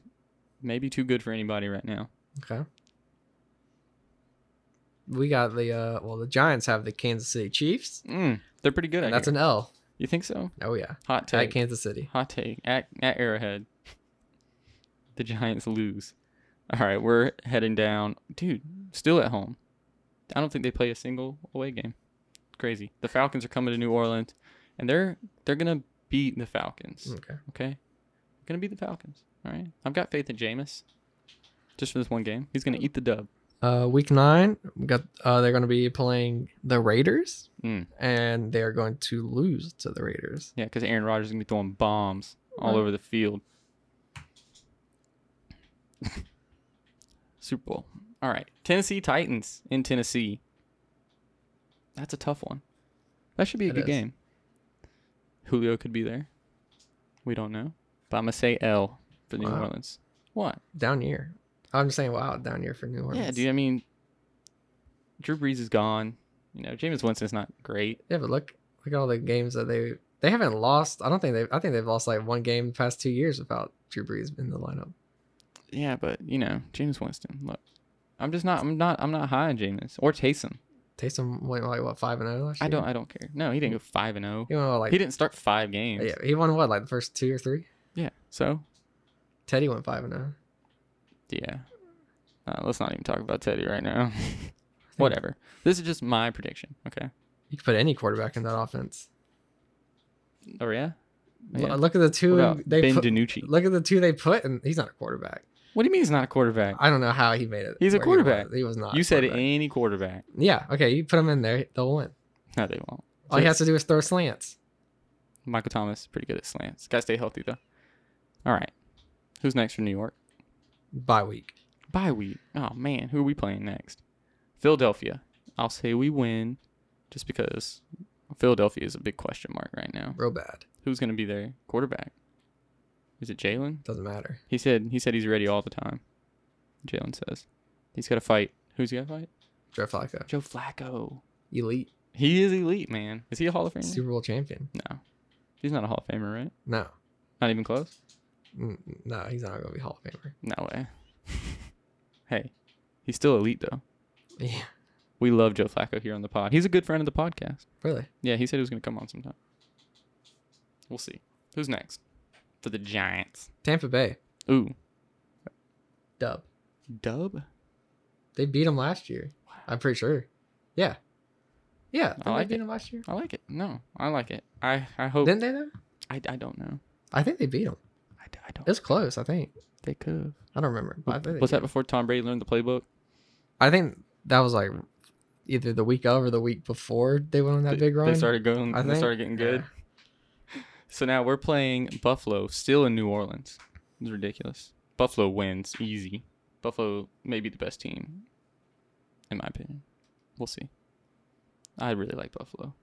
Speaker 3: may be too good for anybody right now.
Speaker 2: Okay. We got the uh well the Giants have the Kansas City Chiefs.
Speaker 3: Mm, they're pretty good. At
Speaker 2: And that's
Speaker 3: That's
Speaker 2: an L.
Speaker 3: you think so?
Speaker 2: Oh yeah.
Speaker 3: Hot
Speaker 2: At
Speaker 3: take.
Speaker 2: Kansas City.
Speaker 3: Hot take. At at Arrowhead, the Giants lose. All right, we're heading down, dude. Still at home. I don't think they play a single away game. Crazy. The Falcons are coming to New Orleans, and they're they're gonna beat the Falcons.
Speaker 2: Okay.
Speaker 3: Okay. Gonna be the Falcons. All right. I've got faith in Jameis. Just for this one game. He's gonna eat the dub.
Speaker 2: Uh week nine, we got uh they're gonna be playing the Raiders
Speaker 3: Mm.
Speaker 2: and they are going to lose to the Raiders.
Speaker 3: Yeah, because Aaron Rodgers is gonna be throwing bombs all
Speaker 2: Right.
Speaker 3: over the field. Super Bowl. All right. Tennessee Titans in Tennessee. That's a tough one. That should be a
Speaker 2: It
Speaker 3: good
Speaker 2: is.
Speaker 3: game. Julio could be there. We don't know. But I'm gonna say L for New
Speaker 2: Wow.
Speaker 3: Orleans. What?
Speaker 2: Down year. I'm just saying wow, down year for New Orleans.
Speaker 3: Yeah, dude. I mean, Drew Brees is gone. You know, Jameis Winston's not great.
Speaker 2: Yeah, but look look at all the games that they they haven't lost. I don't think they I think they've lost like one game the past two years without Drew Brees in the lineup.
Speaker 3: Yeah, but you know, Jameis Winston. Look, I'm just not. I'm not. I'm not high on Jameis or Taysom.
Speaker 2: Taysom went like what five and zero last year.
Speaker 3: I don't. I don't care. No, he didn't go five and zero.
Speaker 2: He won like
Speaker 3: He didn't start five games.
Speaker 2: yeah. He won what like the first two or three.
Speaker 3: Yeah. So
Speaker 2: Teddy went five and oh. zero.
Speaker 3: yeah. Uh, let's not even talk about Teddy right now. Whatever. This is just my prediction. Okay.
Speaker 2: You could put any quarterback in that offense.
Speaker 3: Oh yeah.
Speaker 2: L-
Speaker 3: Yeah.
Speaker 2: look at the
Speaker 3: What
Speaker 2: two
Speaker 3: about
Speaker 2: they
Speaker 3: ben
Speaker 2: put,
Speaker 3: DiNucci.
Speaker 2: look at the two they put, and he's not a quarterback.
Speaker 3: What do you mean he's not a quarterback?
Speaker 2: I don't know how he made it.
Speaker 3: He's a
Speaker 2: where he
Speaker 3: quarterback.
Speaker 2: was. He was not.
Speaker 3: you
Speaker 2: a
Speaker 3: said
Speaker 2: quarterback.
Speaker 3: any quarterback.
Speaker 2: Yeah. Okay. You put him in there, they'll win.
Speaker 3: No, they won't.
Speaker 2: All Oh, he has to do is throw slants.
Speaker 3: Michael Thomas is pretty good at slants. Gotta stay healthy though. All right. Who's next for New York?
Speaker 2: Bye week.
Speaker 3: Bye week. Oh man, who are we playing next? Philadelphia. I'll say we win just because Philadelphia is a big question mark right now.
Speaker 2: Real bad.
Speaker 3: Who's gonna be their quarterback? Is it Jalen?
Speaker 2: Doesn't matter.
Speaker 3: He said he said he's ready all the time. Jalen says. He's gotta fight. Who's he gotta fight?
Speaker 2: Joe Flacco,
Speaker 3: Joe Flacco.
Speaker 2: elite
Speaker 3: He is elite, man. Is he a Hall of Famer?
Speaker 2: Super Bowl champion.
Speaker 3: No. He's not a Hall of Famer, right?
Speaker 2: No,
Speaker 3: Not even close?
Speaker 2: Mm, no, he's not gonna be Hall of Famer.
Speaker 3: No way. hey, he's still elite though.
Speaker 2: Yeah.
Speaker 3: We love Joe Flacco here on the pod. He's a good friend of the podcast.
Speaker 2: Really.
Speaker 3: Yeah, he said he was going to come on sometime. We'll see. Who's next? For the Giants.
Speaker 2: Tampa Bay
Speaker 3: Ooh.
Speaker 2: dub.
Speaker 3: Dub?
Speaker 2: They beat him last year. I'm pretty sure. Yeah. Yeah. Didn't
Speaker 3: like
Speaker 2: they
Speaker 3: it. Oh.
Speaker 2: beat him last year?
Speaker 3: I like it. No, I like it. I, I hope.
Speaker 2: Didn't they though?
Speaker 3: I, I don't know.
Speaker 2: I think they beat him.
Speaker 3: I, d- I don't
Speaker 2: It was close, I think.
Speaker 3: They could.
Speaker 2: I don't remember. but I think, they beat
Speaker 3: Was that
Speaker 2: 'em.
Speaker 3: before Tom Brady learned the playbook?
Speaker 2: I think that was like either the week of or the week before they went on that
Speaker 3: They-
Speaker 2: big run.
Speaker 3: They started going.
Speaker 2: I
Speaker 3: they
Speaker 2: think.
Speaker 3: started getting good.
Speaker 2: Yeah.
Speaker 3: So now we're playing Buffalo, still in New Orleans. It's ridiculous. Buffalo wins easy. Buffalo may be the best team, in my opinion. We'll see. I really like Buffalo.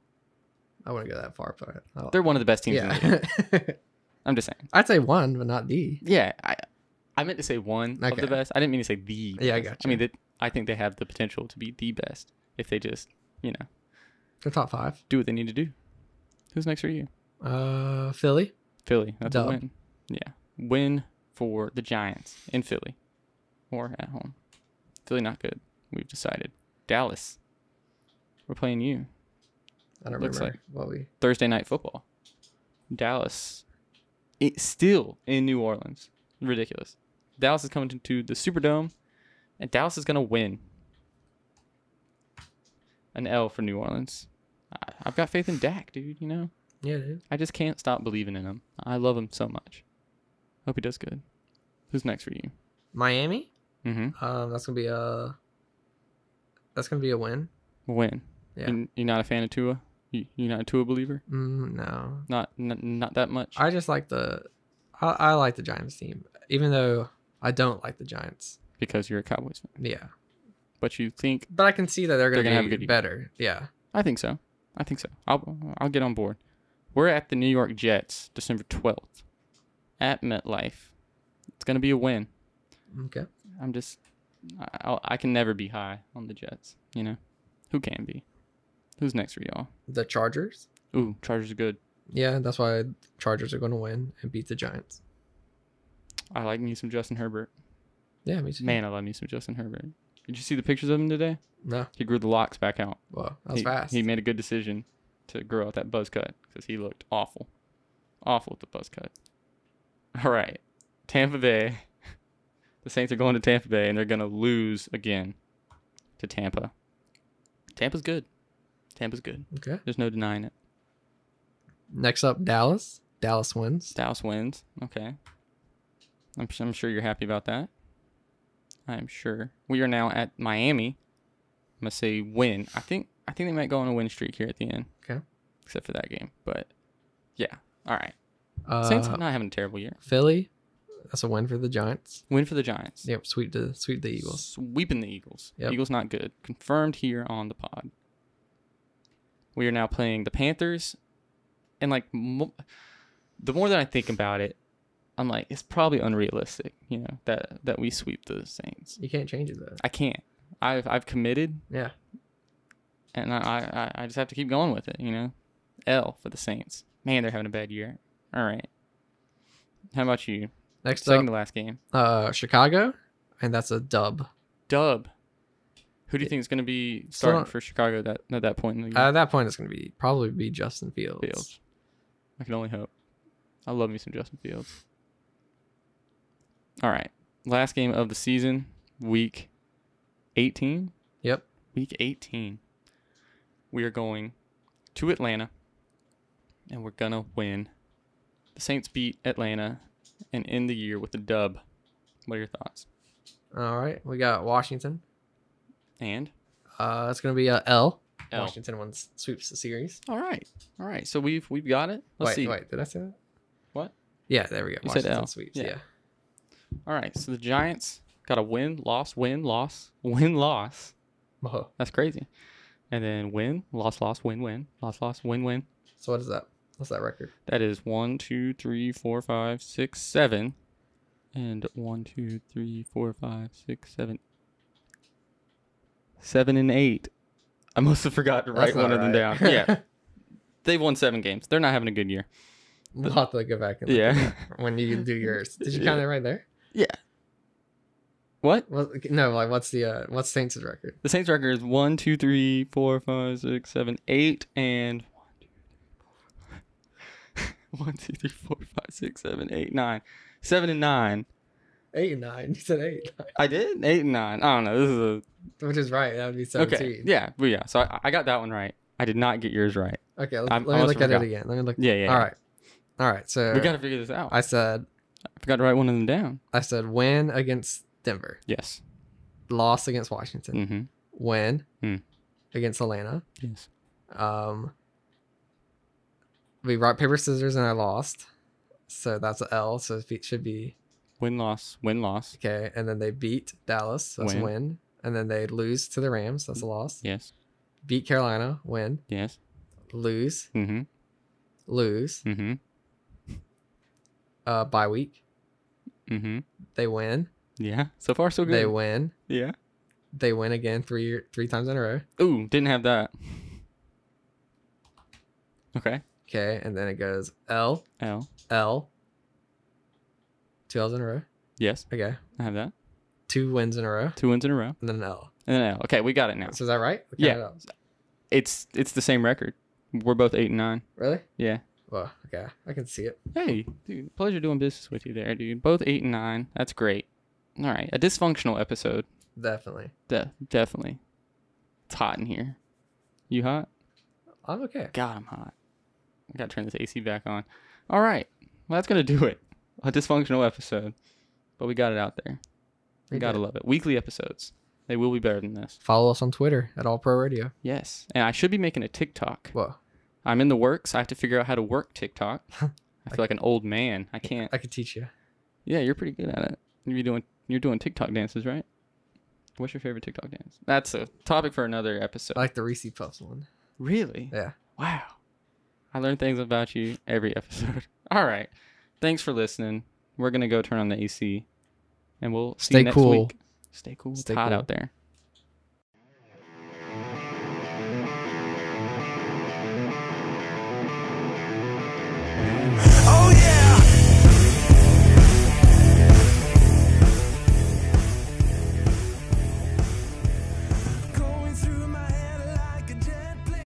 Speaker 2: I wouldn't go that far, but I- I,
Speaker 3: They're one of the best teams. In the league.
Speaker 2: yeah.
Speaker 3: I'm just saying.
Speaker 2: I'd say one, but not D.
Speaker 3: Yeah, I I meant to say one of
Speaker 2: Okay.
Speaker 3: the best. I didn't mean to say the.
Speaker 2: Yeah, I
Speaker 3: best.
Speaker 2: gotcha.
Speaker 3: I mean that I think they have the potential to be the best if they just you know
Speaker 2: They're top five.
Speaker 3: do what they need to do. Who's next for you?
Speaker 2: Uh, Philly
Speaker 3: Philly. That's
Speaker 2: Dub.
Speaker 3: a win. Yeah. Win for the Giants in Philly or at home. Philly not good. We've decided. Dallas. We're playing you.
Speaker 2: I don't
Speaker 3: Looks
Speaker 2: remember what we.
Speaker 3: Thursday night football. Dallas. It's still in New Orleans. Ridiculous. Dallas is coming to- to the Superdome and Dallas is going to win. An L for New Orleans. I- I've got faith in Dak, dude, you know.
Speaker 2: Yeah, dude.
Speaker 3: I just can't stop believing in him. I love him so much. Hope he does good. Who's next for you?
Speaker 2: Miami.
Speaker 3: Mm-hmm.
Speaker 2: Um, that's gonna be a. That's gonna be a win.
Speaker 3: Win.
Speaker 2: Yeah.
Speaker 3: You, you're not a fan of Tua. You, you're not a Tua believer.
Speaker 2: Mm, no,
Speaker 3: Not n- not that much.
Speaker 2: I just like the, I, I like the Giants team, even though I don't like the Giants.
Speaker 3: because you're a Cowboys fan.
Speaker 2: Yeah,
Speaker 3: but you think
Speaker 2: But I can see that they're
Speaker 3: They're
Speaker 2: going
Speaker 3: gonna have a
Speaker 2: to
Speaker 3: good
Speaker 2: be
Speaker 3: year.
Speaker 2: better. Yeah.
Speaker 3: I think so. I think so. I'll I'll get on board. We're at the New York Jets, December twelfth, at MetLife. It's gonna be a win.
Speaker 2: Okay.
Speaker 3: I'm just, I I'll, I can never be high on the Jets. You know, who can be? Who's next for y'all?
Speaker 2: The Chargers.
Speaker 3: Ooh, Chargers are good.
Speaker 2: Yeah, that's why Chargers are going to win and beat the Giants.
Speaker 3: I like me some Justin Herbert.
Speaker 2: Yeah, me too.
Speaker 3: Man, I love me some Justin Herbert. Did you see the pictures of him today?
Speaker 2: No.
Speaker 3: He grew the locks back out.
Speaker 2: Well, that was
Speaker 3: he,
Speaker 2: fast.
Speaker 3: He made a good decision to grow out that buzz cut because he looked awful, awful with the buzz cut. All right, Tampa Bay. The Saints are going to Tampa Bay and they're gonna lose again to Tampa. Tampa's good. Tampa's good.
Speaker 2: okay.
Speaker 3: There's no denying it.
Speaker 2: Next up, Dallas. Dallas wins.
Speaker 3: Dallas wins. Okay. I'm, s- I'm sure you're happy about that. I'm sure. We are now at Miami. I'm gonna say win. I think I think they might go on a win streak here at the end.
Speaker 2: Okay.
Speaker 3: Except for that game, but yeah. All right. Saints are
Speaker 2: Uh,
Speaker 3: not having a terrible year.
Speaker 2: Philly. That's a win for the Giants.
Speaker 3: Win for the Giants.
Speaker 2: Yep. Sweep the sweep the Eagles.
Speaker 3: Sweeping the Eagles.
Speaker 2: Yep.
Speaker 3: Eagles not good. Confirmed here on the pod. We are now playing the Panthers, and like mo- the more that I think about it, I'm like it's probably unrealistic, you know, that that we sweep the Saints.
Speaker 2: You can't change it though.
Speaker 3: I can't. I've I've committed,
Speaker 2: Yeah.
Speaker 3: and I I- I, I just have to keep going with it, you know. L for the Saints. Man, they're having a bad year. All right. How about you?
Speaker 2: Next
Speaker 3: Second
Speaker 2: up,
Speaker 3: to last game.
Speaker 2: uh, Chicago, and that's a dub.
Speaker 3: Dub. Who do you think is going to be
Speaker 2: Still
Speaker 3: starting
Speaker 2: not-
Speaker 3: for Chicago that at that point in the year?
Speaker 2: At that point, it's going to be probably be Justin Fields.
Speaker 3: Mm-hmm. Fields. I can only hope. I love me some Justin Fields. All right. Last game of the season, week 18.
Speaker 2: Yep.
Speaker 3: Week 18. We are going to Atlanta and we're going to win. The Saints beat Atlanta and end the year with a dub. What are your thoughts?
Speaker 2: All right. We got Washington.
Speaker 3: And?
Speaker 2: Uh, it's going to be a L.
Speaker 3: L.
Speaker 2: Washington wins sweeps the series.
Speaker 3: All right. All right. So we've we've got it. Let's
Speaker 2: wait,
Speaker 3: see.
Speaker 2: wait, did I say that?
Speaker 3: What?
Speaker 2: Yeah, there we go.
Speaker 3: You said
Speaker 2: Washington
Speaker 3: L.
Speaker 2: sweeps.
Speaker 3: Yeah.
Speaker 2: yeah.
Speaker 3: All right. So the Giants got a win, loss, win, loss, win, loss.
Speaker 2: Whoa.
Speaker 3: That's crazy. And then win, loss, loss, win, win, loss, loss, win, win.
Speaker 2: So what is that? What's that record?
Speaker 3: That is one, two, three, four, five, six, seven, and one, two, three, four, five, six, seven, seven and eight. I must have forgot to write
Speaker 2: That's not
Speaker 3: one of them down.
Speaker 2: right.
Speaker 3: yeah, they've won seven games. They're not having a good year.
Speaker 2: we'll have to go back and look at
Speaker 3: Yeah.
Speaker 2: that when you do yours. Did you
Speaker 3: Yeah.
Speaker 2: count it right there?
Speaker 3: What?
Speaker 2: Well, no, like what's the uh, what's Saints' record?
Speaker 3: The Saints record is one, two, three, four, five, six, seven, eight, and one, two, three, four, five, six, seven, eight, nine. Seven and nine.
Speaker 2: Eight and nine. You said eight,
Speaker 3: I did eight and nine. I don't know. This is a
Speaker 2: which is right. That would be seventeen.
Speaker 3: okay. Yeah, well, yeah. So I, I got that one right. I did not get yours right.
Speaker 2: Okay, let,
Speaker 3: I'm-
Speaker 2: let
Speaker 3: I
Speaker 2: me
Speaker 3: must
Speaker 2: look
Speaker 3: have
Speaker 2: at
Speaker 3: forgot.
Speaker 2: it again. Let me look.
Speaker 3: Yeah, yeah.
Speaker 2: All
Speaker 3: yeah.
Speaker 2: right, all right. So
Speaker 3: We gotta figure this out. I
Speaker 2: I said
Speaker 3: forgot to write one of them down.
Speaker 2: I said win against Denver,
Speaker 3: Yes.
Speaker 2: loss against Washington,
Speaker 3: Mm-hmm.
Speaker 2: win
Speaker 3: Mm.
Speaker 2: against Atlanta.
Speaker 3: Yes.
Speaker 2: Um, we rock paper scissors and I lost, so that's a L. So it be- should be
Speaker 3: Win loss. Win loss.
Speaker 2: okay. And then they beat Dallas. So that's
Speaker 3: Win.
Speaker 2: a win. And then they lose to the Rams. That's a loss.
Speaker 3: Yes.
Speaker 2: Beat Carolina. Win.
Speaker 3: Yes.
Speaker 2: Lose.
Speaker 3: Mm-hmm.
Speaker 2: Lose.
Speaker 3: Mm-hmm.
Speaker 2: Uh, bye week.
Speaker 3: Mm-hmm.
Speaker 2: They win.
Speaker 3: Yeah. So far so good.
Speaker 2: They win.
Speaker 3: yeah.
Speaker 2: They win again three three times in a row.
Speaker 3: Ooh, didn't have that. Okay.
Speaker 2: Okay, and then it goes L
Speaker 3: L.
Speaker 2: L. Two L's in a row.
Speaker 3: Yes.
Speaker 2: Okay,
Speaker 3: I have that.
Speaker 2: two wins in a row,
Speaker 3: Two wins in a row.
Speaker 2: and then an L.
Speaker 3: And then L. Okay, we got it now.
Speaker 2: So is that right? I counted
Speaker 3: Yeah.
Speaker 2: up.
Speaker 3: It's it's the same record. We're both eight and nine.
Speaker 2: Really?
Speaker 3: Yeah.
Speaker 2: Well, okay, I can see it.
Speaker 3: Hey, dude. Pleasure doing business with you there, dude. Both eight and nine. That's great. All right. A dysfunctional episode.
Speaker 2: Definitely.
Speaker 3: De- definitely. It's hot in here. You hot?
Speaker 2: I'm okay.
Speaker 3: God, I'm hot. I gotta turn this AC back on. All right. Well, that's gonna do it. A dysfunctional episode, but we got it out there.
Speaker 2: We
Speaker 3: You gotta
Speaker 2: did.
Speaker 3: love it. Weekly episodes. They will be better than this.
Speaker 2: Follow us on Twitter at All Pro Radio.
Speaker 3: Yes. And I should be making a TikTok.
Speaker 2: Well,
Speaker 3: I'm in the works. I have to figure out how to work TikTok. I feel like an old man. I can't.
Speaker 2: I could teach you.
Speaker 3: Yeah, you're pretty good at it. You're doing you're doing TikTok dances, right? What's your favorite TikTok dance? That's a topic for another episode.
Speaker 2: I like the Reese Puffs one.
Speaker 3: Really?
Speaker 2: Yeah.
Speaker 3: Wow. I learn things about you every episode. All right. Thanks for listening. We're going to go turn on the AC and we'll see
Speaker 2: Stay
Speaker 3: you next
Speaker 2: cool.
Speaker 3: week. Stay cool. It's
Speaker 2: Stay
Speaker 3: hot
Speaker 2: cool.
Speaker 3: out there.